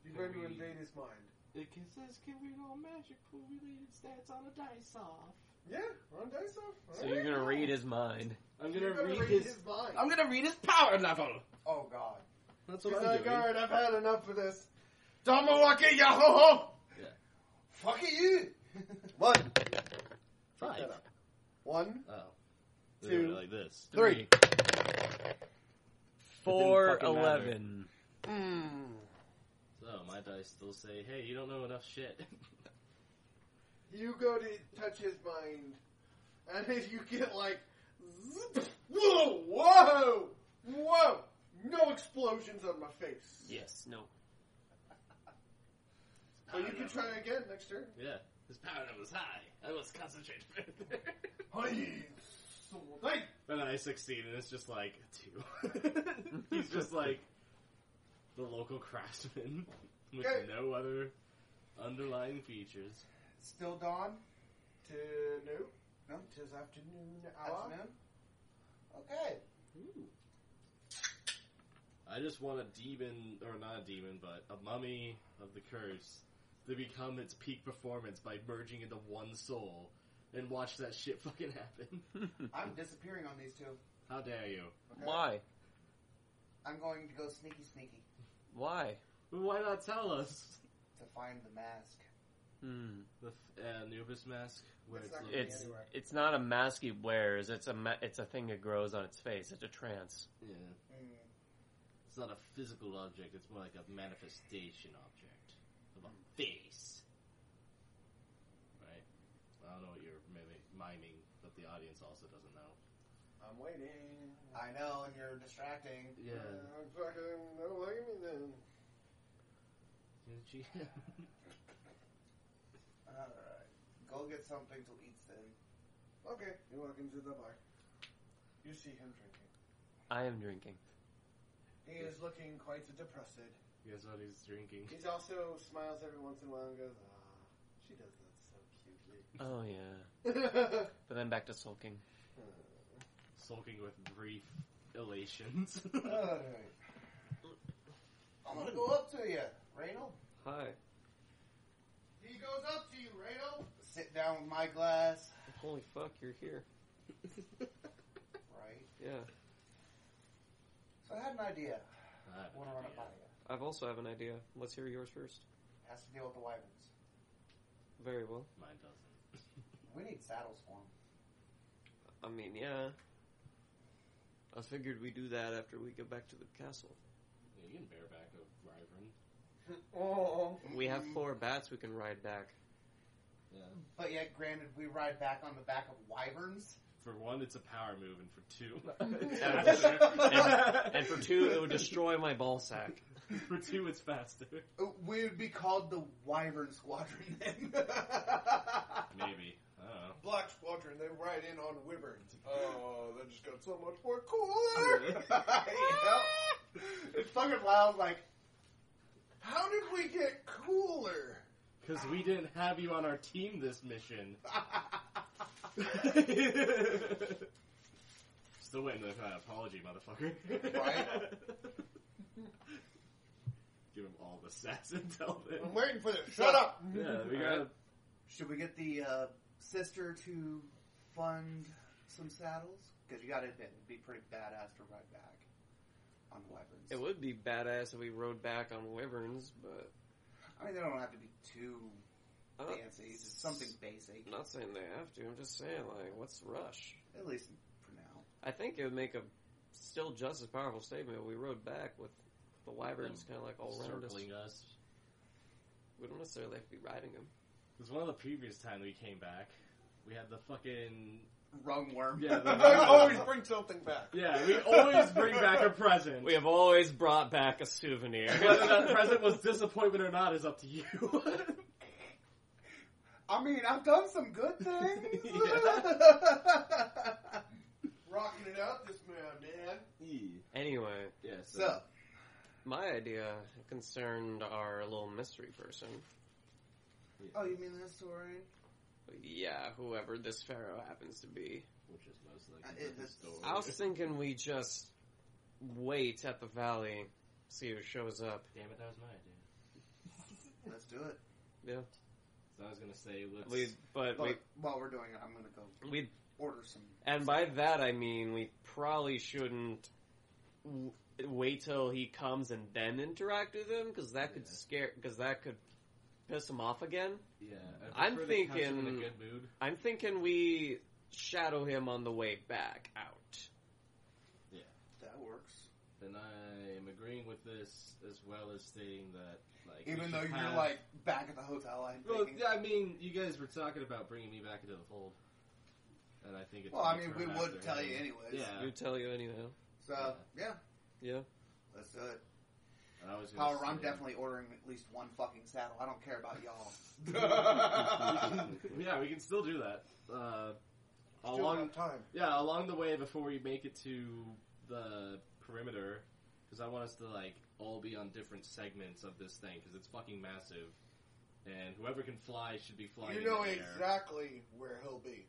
Speaker 1: You
Speaker 2: Could
Speaker 1: going to
Speaker 2: we-
Speaker 1: invade his mind?
Speaker 2: It can- says can read all magical related stats on a dice off.
Speaker 1: Yeah. On dice off.
Speaker 3: So you're gonna read his mind.
Speaker 2: I'm
Speaker 1: You're
Speaker 2: gonna read,
Speaker 1: read
Speaker 2: his.
Speaker 1: mind.
Speaker 2: I'm gonna read his power level.
Speaker 4: Oh God.
Speaker 2: That's
Speaker 1: He's
Speaker 2: what
Speaker 1: like,
Speaker 2: I'm doing.
Speaker 1: alright, I've had enough of this.
Speaker 10: Damawaka Yahoho!
Speaker 4: Fuck it, you.
Speaker 10: One,
Speaker 2: Five.
Speaker 10: one,
Speaker 2: Oh.
Speaker 10: They're doing it Two.
Speaker 2: like this.
Speaker 10: Three.
Speaker 3: Four
Speaker 2: fucking matter.
Speaker 3: eleven.
Speaker 10: mm.
Speaker 2: So my dice still say, "Hey, you don't know enough shit."
Speaker 1: You go to touch his mind, and then you get like, zoop, whoa, whoa, whoa,
Speaker 10: No explosions on my face.
Speaker 3: Yes. No.
Speaker 10: So you can try again next turn.
Speaker 2: yeah, his power level is high. I must concentrate further.
Speaker 10: Hey, so, hey.
Speaker 2: and then I succeed, and it's just like two. He's just like the local craftsman with
Speaker 1: Okay.
Speaker 2: no other underlying features.
Speaker 4: Still dawn.
Speaker 1: to no,
Speaker 4: No,
Speaker 1: tis afternoon hour.
Speaker 4: afternoon. uh-huh. Okay.
Speaker 2: I just want a demon, or not a demon, but a mummy of the curse to become its peak performance by merging into one soul and watch that shit fucking happen.
Speaker 4: I'm disappearing on these two.
Speaker 2: How dare you?
Speaker 3: Why?
Speaker 4: I'm going to go sneaky, sneaky
Speaker 3: Why?
Speaker 2: Why not tell us?
Speaker 4: to find the mask.
Speaker 3: Hmm.
Speaker 2: The f- uh, Anubis mask, where
Speaker 1: It's
Speaker 2: it's,
Speaker 1: not
Speaker 2: like-
Speaker 1: gonna be
Speaker 3: It's
Speaker 1: anywhere.
Speaker 3: it's not a mask he wears. It's a ma- it's a thing that grows on its face. It's a trance.
Speaker 2: yeah,
Speaker 4: Mm.
Speaker 2: it's not a physical object. It's more like a manifestation object of
Speaker 1: Hmm.
Speaker 2: a face, right? I don't know what you're mimi- miming, but the audience also doesn't know.
Speaker 1: I'm waiting.
Speaker 4: I know, and you're distracting.
Speaker 2: Yeah,
Speaker 1: Uh, I'm fucking, don't look at me then.
Speaker 4: Alright. Go get something to eat then.
Speaker 1: Okay, you walk into the bar. You see him drinking.
Speaker 3: I am drinking.
Speaker 1: He is looking quite depressed.
Speaker 2: guess what he's drinking?
Speaker 1: He's also smiles every once in a while and goes, ah, she does that so cutely.
Speaker 3: Oh yeah. But then back to sulking.
Speaker 2: Sulking with brief elations. Uh,
Speaker 4: Alright. I'm gonna go up to you, Reynold.
Speaker 3: Hi.
Speaker 10: He goes up to you, Rayno.
Speaker 4: Sit down with my glass.
Speaker 3: Holy fuck, you're here.
Speaker 4: Right.
Speaker 3: Yeah.
Speaker 4: So I had an idea.
Speaker 2: I have
Speaker 4: I want to
Speaker 2: an
Speaker 4: run it
Speaker 2: idea.
Speaker 4: by you.
Speaker 3: I've also have an idea. Let's hear yours first.
Speaker 4: Has to deal with the wyverns.
Speaker 3: Very well.
Speaker 2: Mine doesn't.
Speaker 4: We need saddles for them.
Speaker 3: I mean, yeah. I figured we do that after we get back to the castle.
Speaker 2: Yeah, you can bareback a wyvern.
Speaker 1: Oh,
Speaker 3: We have four bats we can ride back.
Speaker 2: Yeah.
Speaker 4: But yet, granted, we ride back on the back of wyverns.
Speaker 2: For one, it's a power move, and for two,
Speaker 3: And for two, it would destroy my ball sack.
Speaker 2: for two, it's faster.
Speaker 4: We would be called the Wyvern Squadron then.
Speaker 2: Maybe. I don't know.
Speaker 1: Black Squadron, they ride in on Wyverns. Oh, that just got so much more cooler!
Speaker 4: Yep. It's fucking loud, like,
Speaker 1: How did we get cooler?
Speaker 2: Because we didn't have you on our team this mission. Still waiting for that apology, motherfucker.
Speaker 4: Right.
Speaker 2: Give him all the sass until then.
Speaker 10: I'm waiting for this. Shut up.
Speaker 2: Yeah, we got.
Speaker 4: Should we get the uh, sister to fund some saddles? Because you got to admit, it'd be pretty badass to ride back on the wyverns.
Speaker 3: It would be badass if we rode back on wyverns, but
Speaker 4: I mean, they don't have to be too
Speaker 6: Oh.
Speaker 3: I'm not-
Speaker 4: fancy. It's just something basic,
Speaker 3: I'm not saying they have to. I'm just saying, like, what's the rush?
Speaker 4: at least for now.
Speaker 3: I think it would make a still just as powerful statement if we rode back with the wyverns kind of like all around us.
Speaker 2: Circling us.
Speaker 3: We don't necessarily have to be riding them.
Speaker 2: It was one of the previous time we came back.
Speaker 6: We had the fucking
Speaker 4: Rung worm.
Speaker 6: Yeah, the
Speaker 2: I
Speaker 6: rung
Speaker 2: always bring something back.
Speaker 6: yeah. We always bring back a present.
Speaker 3: We have always brought back a souvenir.
Speaker 6: Whether that present was disappointment or not is up to you.
Speaker 4: I mean, I've done some good things.
Speaker 2: Rocking it out, this man, man.
Speaker 3: anyway,
Speaker 6: yeah, so,
Speaker 4: so,
Speaker 3: my idea concerned our little mystery person.
Speaker 6: yeah,
Speaker 4: oh, you mean the historian?
Speaker 3: Yeah, whoever this pharaoh happens to be.
Speaker 6: which is most
Speaker 4: Uh,
Speaker 6: likely
Speaker 4: it-
Speaker 6: the
Speaker 4: it's-
Speaker 6: story.
Speaker 3: I was thinking we just wait at the valley, see who shows up.
Speaker 6: Damn it, that was my idea.
Speaker 4: Let's do it.
Speaker 6: So I was gonna say, let's.
Speaker 3: We, but
Speaker 4: But
Speaker 3: we,
Speaker 4: while we're doing it, I'm gonna go
Speaker 3: we,
Speaker 4: order some.
Speaker 3: and by that I mean we probably shouldn't w- wait till he comes and then interact with him because that could
Speaker 6: Yeah.
Speaker 3: scare, because that could piss him off again.
Speaker 6: yeah, I
Speaker 3: I'm
Speaker 6: prefer to catch him in
Speaker 3: thinking-
Speaker 6: a good mood.
Speaker 3: I'm thinking we shadow him on the way back out.
Speaker 4: That works.
Speaker 6: Then I am agreeing with this as well as stating that, like, we
Speaker 4: Even though
Speaker 6: should
Speaker 4: you're
Speaker 6: have-
Speaker 4: like back at the hotel, I'm
Speaker 6: Well,
Speaker 4: thinking.
Speaker 6: yeah, I mean, you guys were talking about bringing me back into the fold, and I think it's.
Speaker 4: Well, I mean,
Speaker 6: turn
Speaker 4: we
Speaker 6: after
Speaker 4: would tell
Speaker 6: him.
Speaker 4: you anyways.
Speaker 6: Yeah.
Speaker 3: You tell you anyhow.
Speaker 4: So yeah,
Speaker 3: Yeah.
Speaker 4: let's do it.
Speaker 6: And I was gonna
Speaker 4: However, I'm
Speaker 6: say-
Speaker 4: definitely ordering at least one fucking saddle. I don't care about y'all.
Speaker 6: yeah, we can still do that. Uh,
Speaker 1: Still
Speaker 6: along,
Speaker 1: got time.
Speaker 6: yeah, along the way before we make it to the perimeter, because I want us to like all be on different segments of this thing because it's fucking massive, and whoever can fly should be flying.
Speaker 1: You know
Speaker 6: in the air
Speaker 1: exactly where he'll be.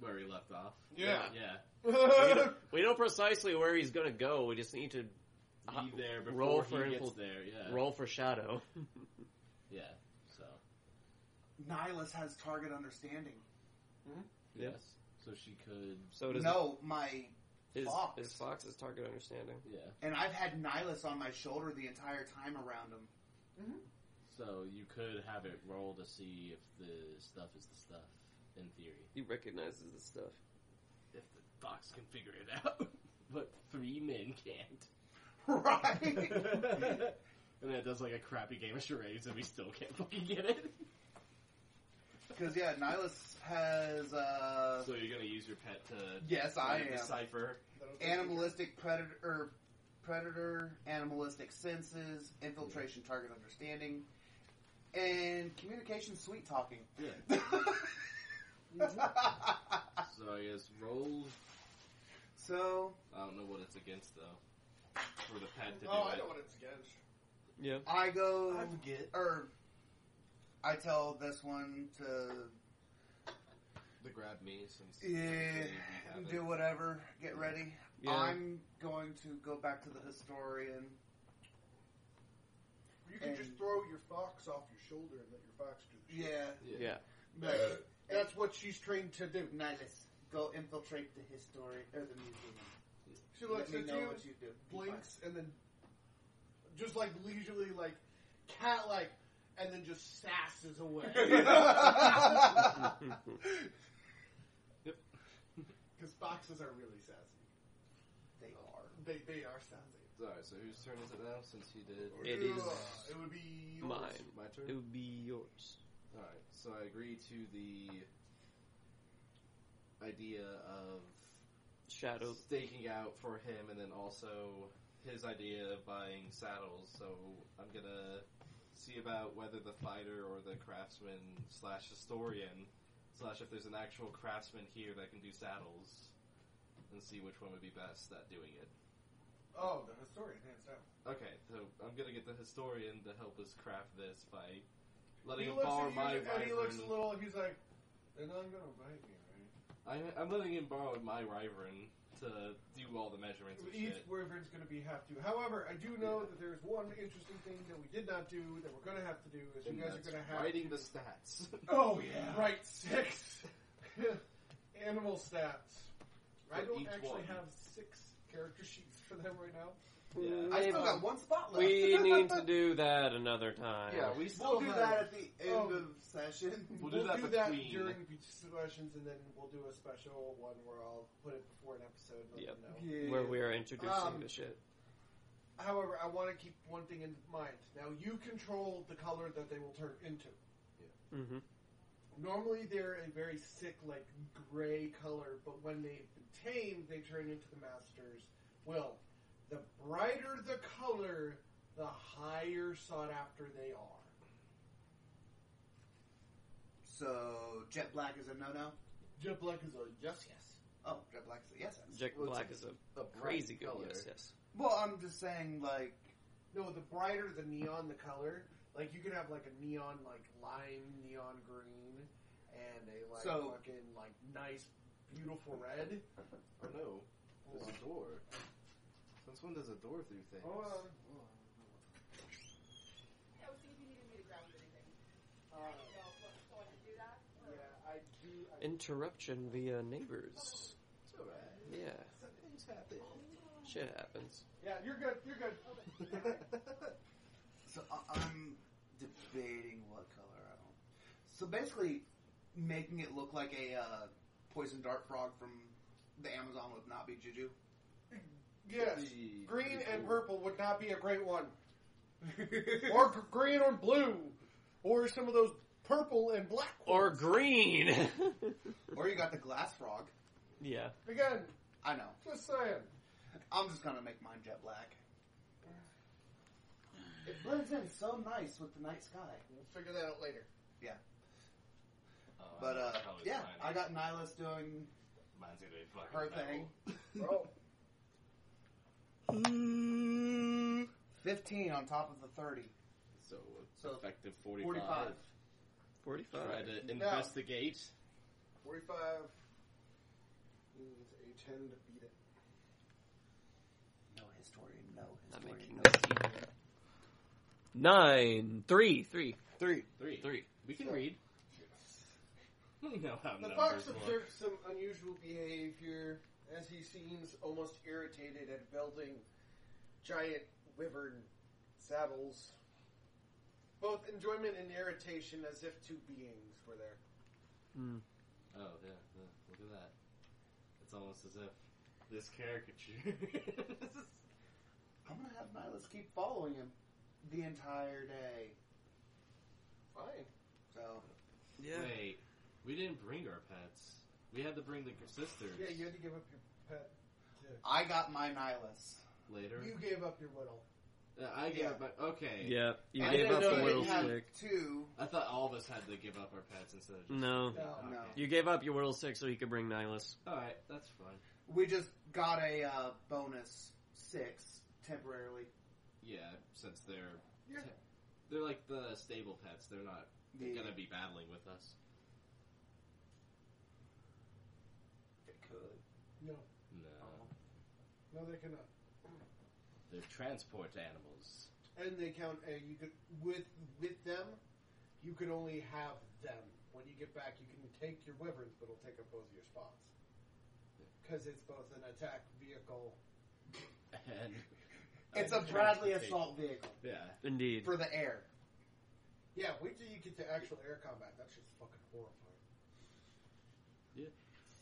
Speaker 6: where he left off.
Speaker 1: Yeah.
Speaker 6: yeah.
Speaker 3: We know precisely where he's gonna go. We just need to
Speaker 6: Be there before
Speaker 3: Uh, Roll
Speaker 6: he
Speaker 3: for
Speaker 6: gets
Speaker 3: infil-
Speaker 6: there. Yeah,
Speaker 3: roll for shadow.
Speaker 6: yeah. So
Speaker 4: Nihilus has target understanding.
Speaker 3: Yeah.
Speaker 6: yes, so she could.
Speaker 3: So does
Speaker 4: no, my
Speaker 3: his,
Speaker 4: Fox.
Speaker 3: his fox's target understanding.
Speaker 6: Yeah.
Speaker 4: and I've had Nihilus on my shoulder the entire time around him.
Speaker 6: So you could have it roll to see if the stuff is the stuff. In theory,
Speaker 3: He recognizes this stuff.
Speaker 6: if the fox can figure it out, but three men can't.
Speaker 4: Right?
Speaker 6: and then it does like a crappy game of charades, and we still can't fucking get it.
Speaker 4: Because yeah, Nihilus has uh,
Speaker 6: So you're gonna use your pet to
Speaker 4: yes, I
Speaker 6: like,
Speaker 4: am
Speaker 6: decipher.
Speaker 1: That'll take
Speaker 4: animalistic predator, er, predator, animalistic senses, infiltration, target understanding, and communication, sweet talking.
Speaker 6: Yeah. So I guess roll.
Speaker 4: so
Speaker 6: I don't know what it's against though. For the pet to do
Speaker 1: Oh,
Speaker 6: it.
Speaker 1: I know what it's against.
Speaker 3: Yeah.
Speaker 4: I go,
Speaker 11: I forget.
Speaker 4: or I tell this one to
Speaker 6: The grab me since
Speaker 4: Yeah,
Speaker 6: we have
Speaker 4: do
Speaker 6: it.
Speaker 4: whatever, get ready.
Speaker 3: Yeah.
Speaker 4: I'm going to go back to the historian.
Speaker 1: You can just
Speaker 4: And-
Speaker 1: throw your fox off your shoulder and let your fox do the shit.
Speaker 4: Yeah,
Speaker 3: Yeah.
Speaker 4: but
Speaker 1: That's what she's trained to do.
Speaker 4: Nihilus, go infiltrate the historian or the museum.
Speaker 1: She looks
Speaker 4: Let
Speaker 1: at
Speaker 4: me know
Speaker 1: you,
Speaker 4: what you do.
Speaker 1: blinks, and then just like leisurely, like cat like, and then just sasses away. Because foxes are really sassy.
Speaker 4: They are.
Speaker 1: They, they are sassy.
Speaker 6: Alright, so whose turn is it now since he did?
Speaker 3: It is
Speaker 1: Ugh, It would be yours.
Speaker 3: Mine.
Speaker 6: My turn?
Speaker 3: It would be yours.
Speaker 6: Alright, so I agree to the idea of
Speaker 3: Shadow.
Speaker 6: staking out for him and then also his idea of buying saddles, so I'm gonna see about whether the fighter or the craftsman slash historian slash if there's an actual craftsman here that can do saddles and see which one would be best at doing it.
Speaker 1: Oh, the historian, hands down.
Speaker 6: Okay, so I'm gonna get the historian to help us craft this by letting
Speaker 1: he
Speaker 6: him
Speaker 1: looks
Speaker 6: borrow
Speaker 1: at you,
Speaker 6: my
Speaker 1: and he looks a
Speaker 6: wyvern.
Speaker 1: little. He's like, they're not gonna bite me, right?
Speaker 6: I, I'm letting him borrow my wyvern to do all the measurements and
Speaker 1: Each
Speaker 6: shit.
Speaker 1: wyvern's going to be have to. However, I do know
Speaker 6: Yeah.
Speaker 1: that there's one interesting thing that we did not do that we're going to have to do is
Speaker 6: And
Speaker 1: you guys
Speaker 6: that's
Speaker 1: are going to have
Speaker 6: writing the stats.
Speaker 1: Oh
Speaker 11: Yeah.
Speaker 1: right six animal stats. I
Speaker 6: For
Speaker 1: don't
Speaker 6: each
Speaker 1: actually
Speaker 6: one.
Speaker 1: have six character sheets for them right now.
Speaker 6: yeah.
Speaker 4: I still got one spot left.
Speaker 3: We need to do that another time.
Speaker 6: yeah, we still
Speaker 4: We'll do
Speaker 6: have-
Speaker 4: that at the end
Speaker 1: Oh.
Speaker 4: of session.
Speaker 6: We'll do that between.
Speaker 1: during beach sessions, and then we'll do a special one where I'll put it before an episode. And let
Speaker 3: Yep.
Speaker 1: them know.
Speaker 4: Yeah.
Speaker 3: Where we are introducing
Speaker 1: Um,
Speaker 3: the shit.
Speaker 1: However, I want to keep one thing in mind. Now you control the color that they will turn into.
Speaker 3: hmm
Speaker 1: Normally they're a very sick, like gray color, but when they tame, they turn into the master's will. The brighter the color, the higher sought after they are.
Speaker 4: So jet black is a no no.
Speaker 1: Jet black is a yes, yes.
Speaker 4: Oh, jet black is a yes.
Speaker 3: Jack
Speaker 6: Well, it's
Speaker 3: Black is a
Speaker 6: A
Speaker 3: crazy
Speaker 6: bright
Speaker 3: good yes, yes.
Speaker 4: Well, I'm just saying like
Speaker 1: No, the brighter the neon the color, like you could have like a neon like lime neon green and a like
Speaker 4: So-
Speaker 1: fucking like nice beautiful red.
Speaker 6: Oh no, there's a door. Since when does a door do things?
Speaker 1: Oh, uh, um,
Speaker 12: I was seeing if you needed me to grab anything. I don't know, but- so I can do that. or-
Speaker 1: I do.
Speaker 3: Interruption via neighbors.
Speaker 6: It's alright.
Speaker 3: Yeah,
Speaker 6: Some things happen.
Speaker 3: shit happens.
Speaker 1: yeah, you're good. You're good.
Speaker 4: so I- I'm debating what color I want. So basically, making it look like a uh, poison dart frog from the Amazon would not be Juju.
Speaker 1: Yes,
Speaker 6: Pretty-
Speaker 1: green
Speaker 6: pretty
Speaker 1: and
Speaker 6: cool.
Speaker 1: purple would not be a great one, or gr- green or blue, or some of those purple and black.
Speaker 3: Or
Speaker 1: ones.
Speaker 3: green.
Speaker 4: or you got the glass frog.
Speaker 3: yeah.
Speaker 1: again,
Speaker 4: I know.
Speaker 1: just saying,
Speaker 4: I'm just gonna make mine jet black. It blends in so nice with the night sky.
Speaker 1: we'll figure that out later.
Speaker 2: Oh, I
Speaker 4: But
Speaker 2: don't
Speaker 4: uh,
Speaker 2: know how it's
Speaker 4: yeah,
Speaker 2: mine.
Speaker 4: I got Nihilus doing
Speaker 2: mine's gonna be fucking
Speaker 4: her
Speaker 2: metal.
Speaker 4: thing.
Speaker 1: Bro,
Speaker 4: Fifteen on top of the thirty.
Speaker 2: So it's
Speaker 4: So,
Speaker 2: effective 45.
Speaker 4: Forty-five.
Speaker 3: 45.
Speaker 2: Try to investigate.
Speaker 1: forty-five means a ten to beat it.
Speaker 4: No historian. No
Speaker 3: Not
Speaker 4: historian.
Speaker 3: making notes either. Nine, three, three, three,
Speaker 2: Three.
Speaker 3: three.
Speaker 2: We can read. We know how
Speaker 1: The
Speaker 2: numbers
Speaker 1: fox
Speaker 2: work.
Speaker 1: observes some unusual behavior as he seems almost irritated at building giant wyvern saddles. Both enjoyment and irritation as if two beings were there.
Speaker 2: Oh yeah, yeah, look at that. It's almost as if this caricature.
Speaker 4: I'm gonna have Nihilus keep following him the entire day.
Speaker 1: Fine.
Speaker 4: So
Speaker 3: Yeah.
Speaker 2: Wait, we didn't bring our pets. We had to bring the sisters
Speaker 1: Yeah, you had to give up your pet.
Speaker 4: I got my Nihilus.
Speaker 2: later.
Speaker 1: You gave up your whittle.
Speaker 2: Uh, I gave
Speaker 4: Yeah.
Speaker 2: up. my- Okay.
Speaker 3: Yeah, you
Speaker 4: I
Speaker 3: gave
Speaker 4: didn't
Speaker 3: up
Speaker 4: know
Speaker 3: the
Speaker 4: you
Speaker 3: whittle
Speaker 4: didn't have
Speaker 3: stick.
Speaker 4: Two.
Speaker 2: I thought all of us had to give up our pets instead of just.
Speaker 3: No.
Speaker 1: No,
Speaker 2: Okay.
Speaker 4: no.
Speaker 3: You gave up your whittle stick so he could bring Nihilus.
Speaker 2: All right, that's fine.
Speaker 4: We just got a uh, bonus six temporarily.
Speaker 2: Yeah, since they're
Speaker 1: Yeah.
Speaker 2: they're like the stable pets. They're not
Speaker 4: Yeah.
Speaker 2: gonna be battling with us.
Speaker 4: It could.
Speaker 1: no,
Speaker 2: No,
Speaker 1: no, they cannot.
Speaker 2: they're transport animals.
Speaker 1: And they count. Uh, you could with with them, you can only have them. When you get back, you can take your wyverns, but it'll take up both of your spots because it's both an attack vehicle
Speaker 2: And
Speaker 4: It's a
Speaker 2: and
Speaker 4: Bradley
Speaker 2: transportation.
Speaker 4: assault vehicle
Speaker 2: Yeah.
Speaker 3: Indeed.
Speaker 4: for the air.
Speaker 1: Yeah, wait till you get to actual air combat. That shit's fucking horrifying.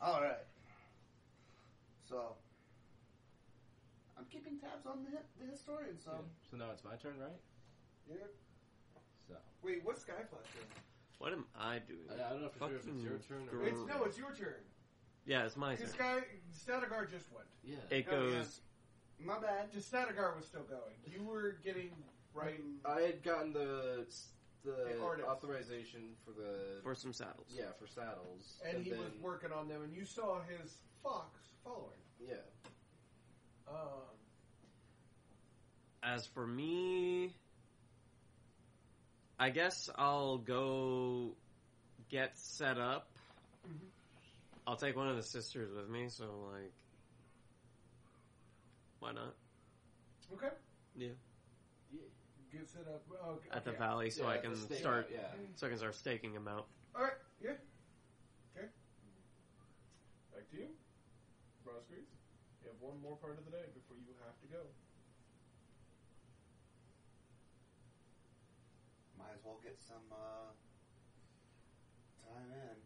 Speaker 4: All right. So I'm keeping tabs on the, the historian. So
Speaker 2: Yeah. So now it's my turn, right?
Speaker 1: Yeah.
Speaker 2: So
Speaker 1: Wait, what's Skyflash doing?
Speaker 3: What am I doing?
Speaker 2: I, I don't know if it's, your, if it's your
Speaker 3: Fucking
Speaker 2: turn. Or
Speaker 3: girl.
Speaker 1: It's no, it's your turn.
Speaker 3: Yeah, it's my turn.
Speaker 1: Because Sky Statigar just went.
Speaker 2: yeah.
Speaker 3: It
Speaker 4: Oh, yeah.
Speaker 3: goes.
Speaker 4: my bad.
Speaker 1: Just Statigar was still going. You were getting right.
Speaker 6: I had gotten the the
Speaker 1: Hey, Artis.
Speaker 6: authorization for the
Speaker 3: For some saddles.
Speaker 6: yeah for saddles,
Speaker 1: And, he
Speaker 6: then,
Speaker 1: was working on them, and you saw his fox following.
Speaker 6: yeah.
Speaker 1: Um,
Speaker 3: As for me, I guess I'll go get set up.
Speaker 1: Mhm.
Speaker 3: I'll take one of the sisters with me, so like, why not?
Speaker 1: okay.
Speaker 3: Yeah.
Speaker 1: Get set up. Oh, okay.
Speaker 3: At the valley, so
Speaker 6: Yeah,
Speaker 3: I
Speaker 6: the
Speaker 3: can
Speaker 6: stake-
Speaker 3: start.
Speaker 6: Yeah,
Speaker 3: So I can start staking them out.
Speaker 1: All right. Yeah. Okay. Back to you, Rosgreaves. You have one more part of the day before you have to go.
Speaker 4: Might as well get some uh, time in.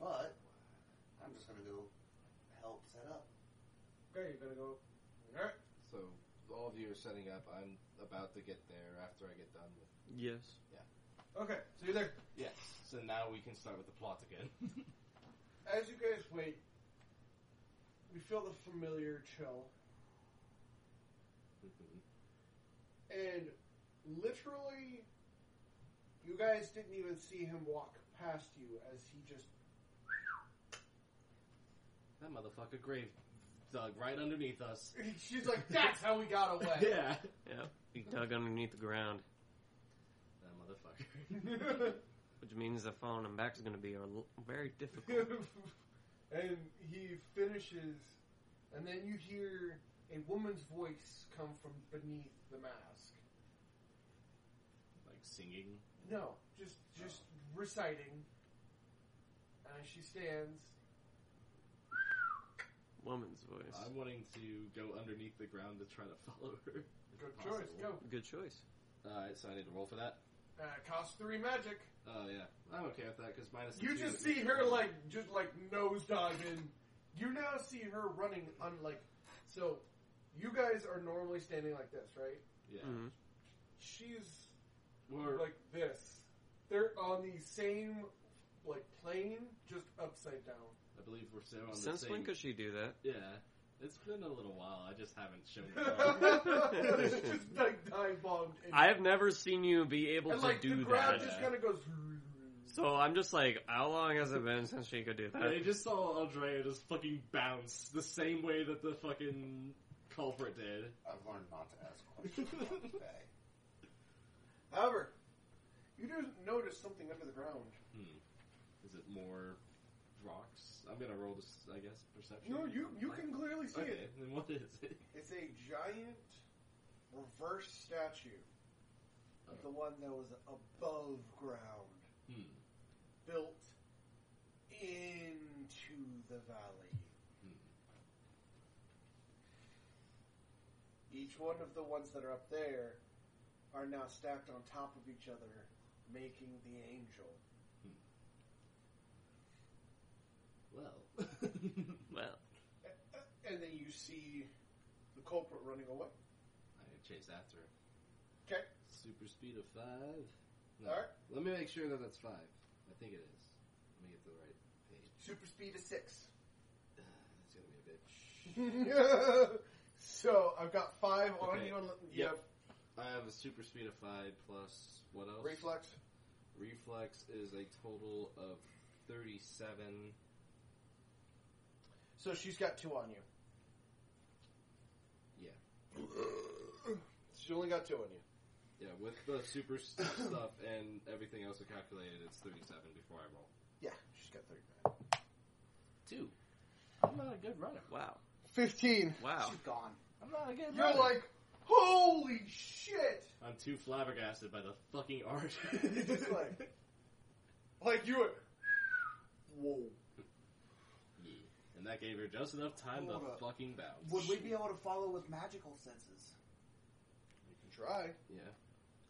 Speaker 4: But I'm just gonna go help set up.
Speaker 1: Okay, you're gonna go. All right.
Speaker 6: So all of you are setting up. I'm about to get there after I get done with.
Speaker 3: Yes.
Speaker 13: Okay, so you're there.
Speaker 2: Yes. So now we can start with the plot again.
Speaker 13: As you guys wait, we feel the familiar chill, and literally, you guys didn't even see him walk past you as he just
Speaker 2: that motherfucker grave dug right underneath us.
Speaker 1: She's like, that's how we got away.
Speaker 2: yeah.
Speaker 3: Yeah, he dug underneath the ground,
Speaker 2: That motherfucker.
Speaker 3: which means that falling him back is going to be a l- very difficult.
Speaker 13: and he finishes, and then you hear a woman's voice come from beneath the mask.
Speaker 2: like singing.
Speaker 13: No, just just reciting. Uh, she stands.
Speaker 3: Woman's voice.
Speaker 2: I'm wanting to go underneath the ground to try to follow her. if
Speaker 13: Good
Speaker 2: possible.
Speaker 13: choice. Go.
Speaker 3: Good choice.
Speaker 2: Alright, so I need to roll for that?
Speaker 13: Uh, cost three magic.
Speaker 2: Oh, yeah. I'm okay with that because minus the
Speaker 13: You
Speaker 2: two
Speaker 13: just
Speaker 2: is-
Speaker 13: see her like just like nose diving. You now see her running on like so. You guys are normally standing like this, right?
Speaker 2: Yeah.
Speaker 3: hmm
Speaker 13: She's
Speaker 2: We're,
Speaker 13: like this. They're on the same like plane, just upside down.
Speaker 2: I believe we're still on the
Speaker 3: Since
Speaker 2: same.
Speaker 3: when could she do that?
Speaker 2: Yeah. It's been a little while. I just haven't shown it.
Speaker 13: it's just like dive bombed. And,
Speaker 3: I have never seen you be able
Speaker 13: and
Speaker 3: to
Speaker 13: like the
Speaker 3: do
Speaker 13: crowd
Speaker 3: that.
Speaker 13: just kind of goes.
Speaker 3: So um, I'm just like, how long has it been since she could do
Speaker 2: I
Speaker 3: that?
Speaker 2: just saw Andrea just fucking bounce the same way that the fucking culprit did.
Speaker 4: I've learned not to ask questions about today.
Speaker 1: However, you do notice something under the ground.
Speaker 2: Is it more rocks? I'm gonna roll this, I guess, perception.
Speaker 1: No, you you can clearly see
Speaker 2: Okay,
Speaker 1: it.
Speaker 2: then what is it?
Speaker 1: It's a giant reverse statue of the one that was above ground,
Speaker 2: Hmm.
Speaker 1: built into the valley. Each one of the ones that are up there are now stacked on top of each other, making the angel.
Speaker 2: Well.
Speaker 3: Well,
Speaker 1: And then you see the culprit running away.
Speaker 2: I chase after her.
Speaker 1: 'Kay.
Speaker 2: Super speed of five.
Speaker 1: Alright.
Speaker 2: Let me make sure that that's five. I think it is. Let me get the right page.
Speaker 1: Super speed is six.
Speaker 2: It's gonna be a bitch.
Speaker 1: so I've got five on
Speaker 2: Okay.
Speaker 1: you. and You
Speaker 2: Yep.
Speaker 1: have
Speaker 2: I have a super speed of five plus what else?
Speaker 1: reflex.
Speaker 2: Reflex is a total of thirty-seven.
Speaker 1: So she's got two on you. Yeah. she only got two on you.
Speaker 2: Yeah, with the super st- stuff and everything else I calculated, it's thirty-seven before I roll.
Speaker 1: Yeah, she's got thirty.
Speaker 2: Two. I'm not a good runner.
Speaker 3: wow,
Speaker 1: Fifteen.
Speaker 3: wow.
Speaker 4: Oh, She's gone.
Speaker 2: I'm not a good
Speaker 1: You're like, holy shit!
Speaker 2: I'm too flabbergasted by the fucking art.
Speaker 1: It's like, like you were. Whoa.
Speaker 2: and that gave her just enough time
Speaker 1: Hold
Speaker 2: to
Speaker 1: up.
Speaker 2: fucking bounce.
Speaker 4: Would we be able to follow with magical senses?
Speaker 1: You can try.
Speaker 2: Yeah.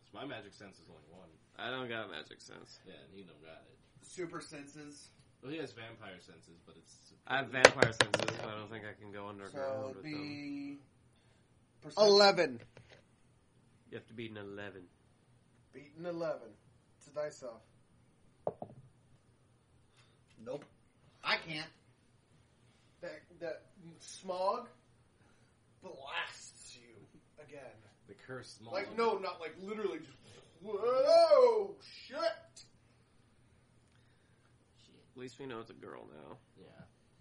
Speaker 2: 'Cause my magic sense is only one.
Speaker 3: I don't got magic sense.
Speaker 2: Yeah, and he don't got it.
Speaker 4: Super senses.
Speaker 2: Well, he has vampire senses, but it's.
Speaker 3: I have vampire senses, but I don't think I can go
Speaker 4: So
Speaker 3: underground
Speaker 4: it'd
Speaker 3: with them.
Speaker 4: be.
Speaker 1: Eleven.
Speaker 3: You have to beat an eleven.
Speaker 1: Beaten eleven. To thyself.
Speaker 4: Nope. I can't.
Speaker 1: That that smog blasts you again.
Speaker 2: The curse small.
Speaker 1: Like no, not like literally. Just whoa, shit.
Speaker 3: At least we know it's a girl now.
Speaker 2: Yeah.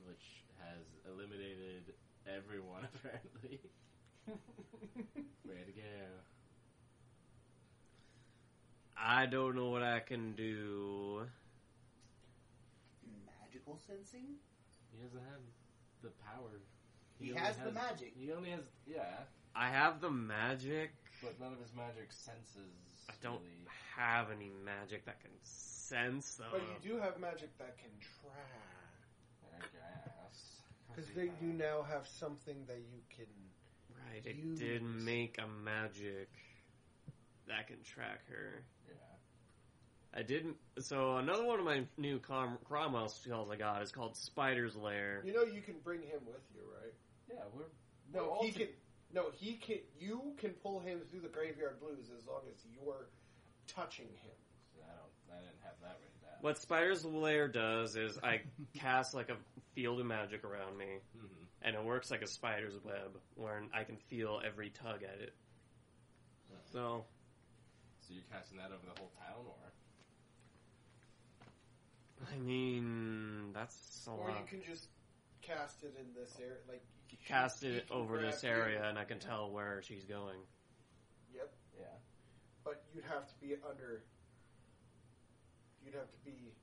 Speaker 2: Which has eliminated everyone, apparently. Way to go.
Speaker 3: I don't know what I can do.
Speaker 4: Magical sensing?
Speaker 2: He doesn't have the power.
Speaker 4: He,
Speaker 2: only
Speaker 4: has, the magic.
Speaker 2: He only has. Yeah.
Speaker 3: I have the magic.
Speaker 2: But none of his magic senses.
Speaker 3: I don't
Speaker 2: Really,
Speaker 3: have any magic that can sense them.
Speaker 1: But you do have magic that can try.
Speaker 2: I guess.
Speaker 1: Because they do now have something that you can.
Speaker 3: Right, it
Speaker 1: use-
Speaker 3: did make a magic that can track her.
Speaker 2: Yeah.
Speaker 3: I didn't. So another one of my new Com- Cromwell spells I got is called Spider's Lair.
Speaker 1: You know, you can bring him with you, right?
Speaker 2: Yeah, we're.
Speaker 1: No,
Speaker 2: Well,
Speaker 1: he
Speaker 2: also-
Speaker 1: can. No, he can. You can pull him through the graveyard blues as long as you're touching him.
Speaker 2: I don't I didn't have that written down.
Speaker 3: What Spider's Lair does is I cast like a field of magic around me,
Speaker 2: hmm
Speaker 3: and it works like a spider's web, where I can feel every tug at it. So
Speaker 2: So you're casting that over the whole town, or
Speaker 3: I mean, that's a
Speaker 1: Or you
Speaker 3: lot.
Speaker 1: can just cast it in this area. Like you can-
Speaker 3: Cast
Speaker 1: you
Speaker 3: it
Speaker 1: can
Speaker 3: over
Speaker 1: grab
Speaker 3: this
Speaker 1: you.
Speaker 3: area, and I can tell where she's going.
Speaker 1: Yep,
Speaker 2: yeah,
Speaker 1: but you'd have to be under. You'd have to be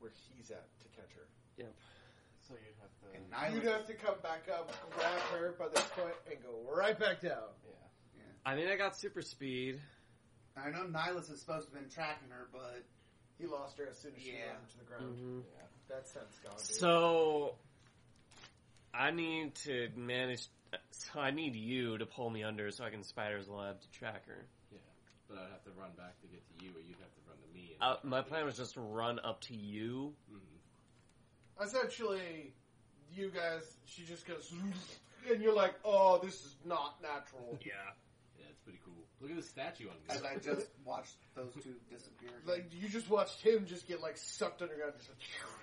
Speaker 1: where he's at to catch her.
Speaker 2: so you'd have to
Speaker 4: And I
Speaker 1: You'd
Speaker 4: was-
Speaker 1: have to come back up, grab her by the foot, and go right back down.
Speaker 2: yeah.
Speaker 3: I mean, I got super speed.
Speaker 4: I know Nihilus is supposed to have been tracking her, but
Speaker 1: He lost her as soon as she
Speaker 4: Yeah.
Speaker 1: went to the ground.
Speaker 2: Yeah.
Speaker 1: That sounds gone. Dude.
Speaker 3: So I need to manage. So I need you to pull me under so I can Spider's Lab to track her.
Speaker 2: But I'd have to run back to get to you, or you'd have to run to me.
Speaker 3: Uh, my plan was just to run up to you.
Speaker 2: hmm
Speaker 1: essentially, you guys, she just goes, and you're like, oh, this is not natural.
Speaker 3: Yeah.
Speaker 2: Yeah, it's pretty cool. Look at the statue on me.
Speaker 4: as I just watched those two disappear.
Speaker 1: Like you just watched him just get like sucked underground, just like,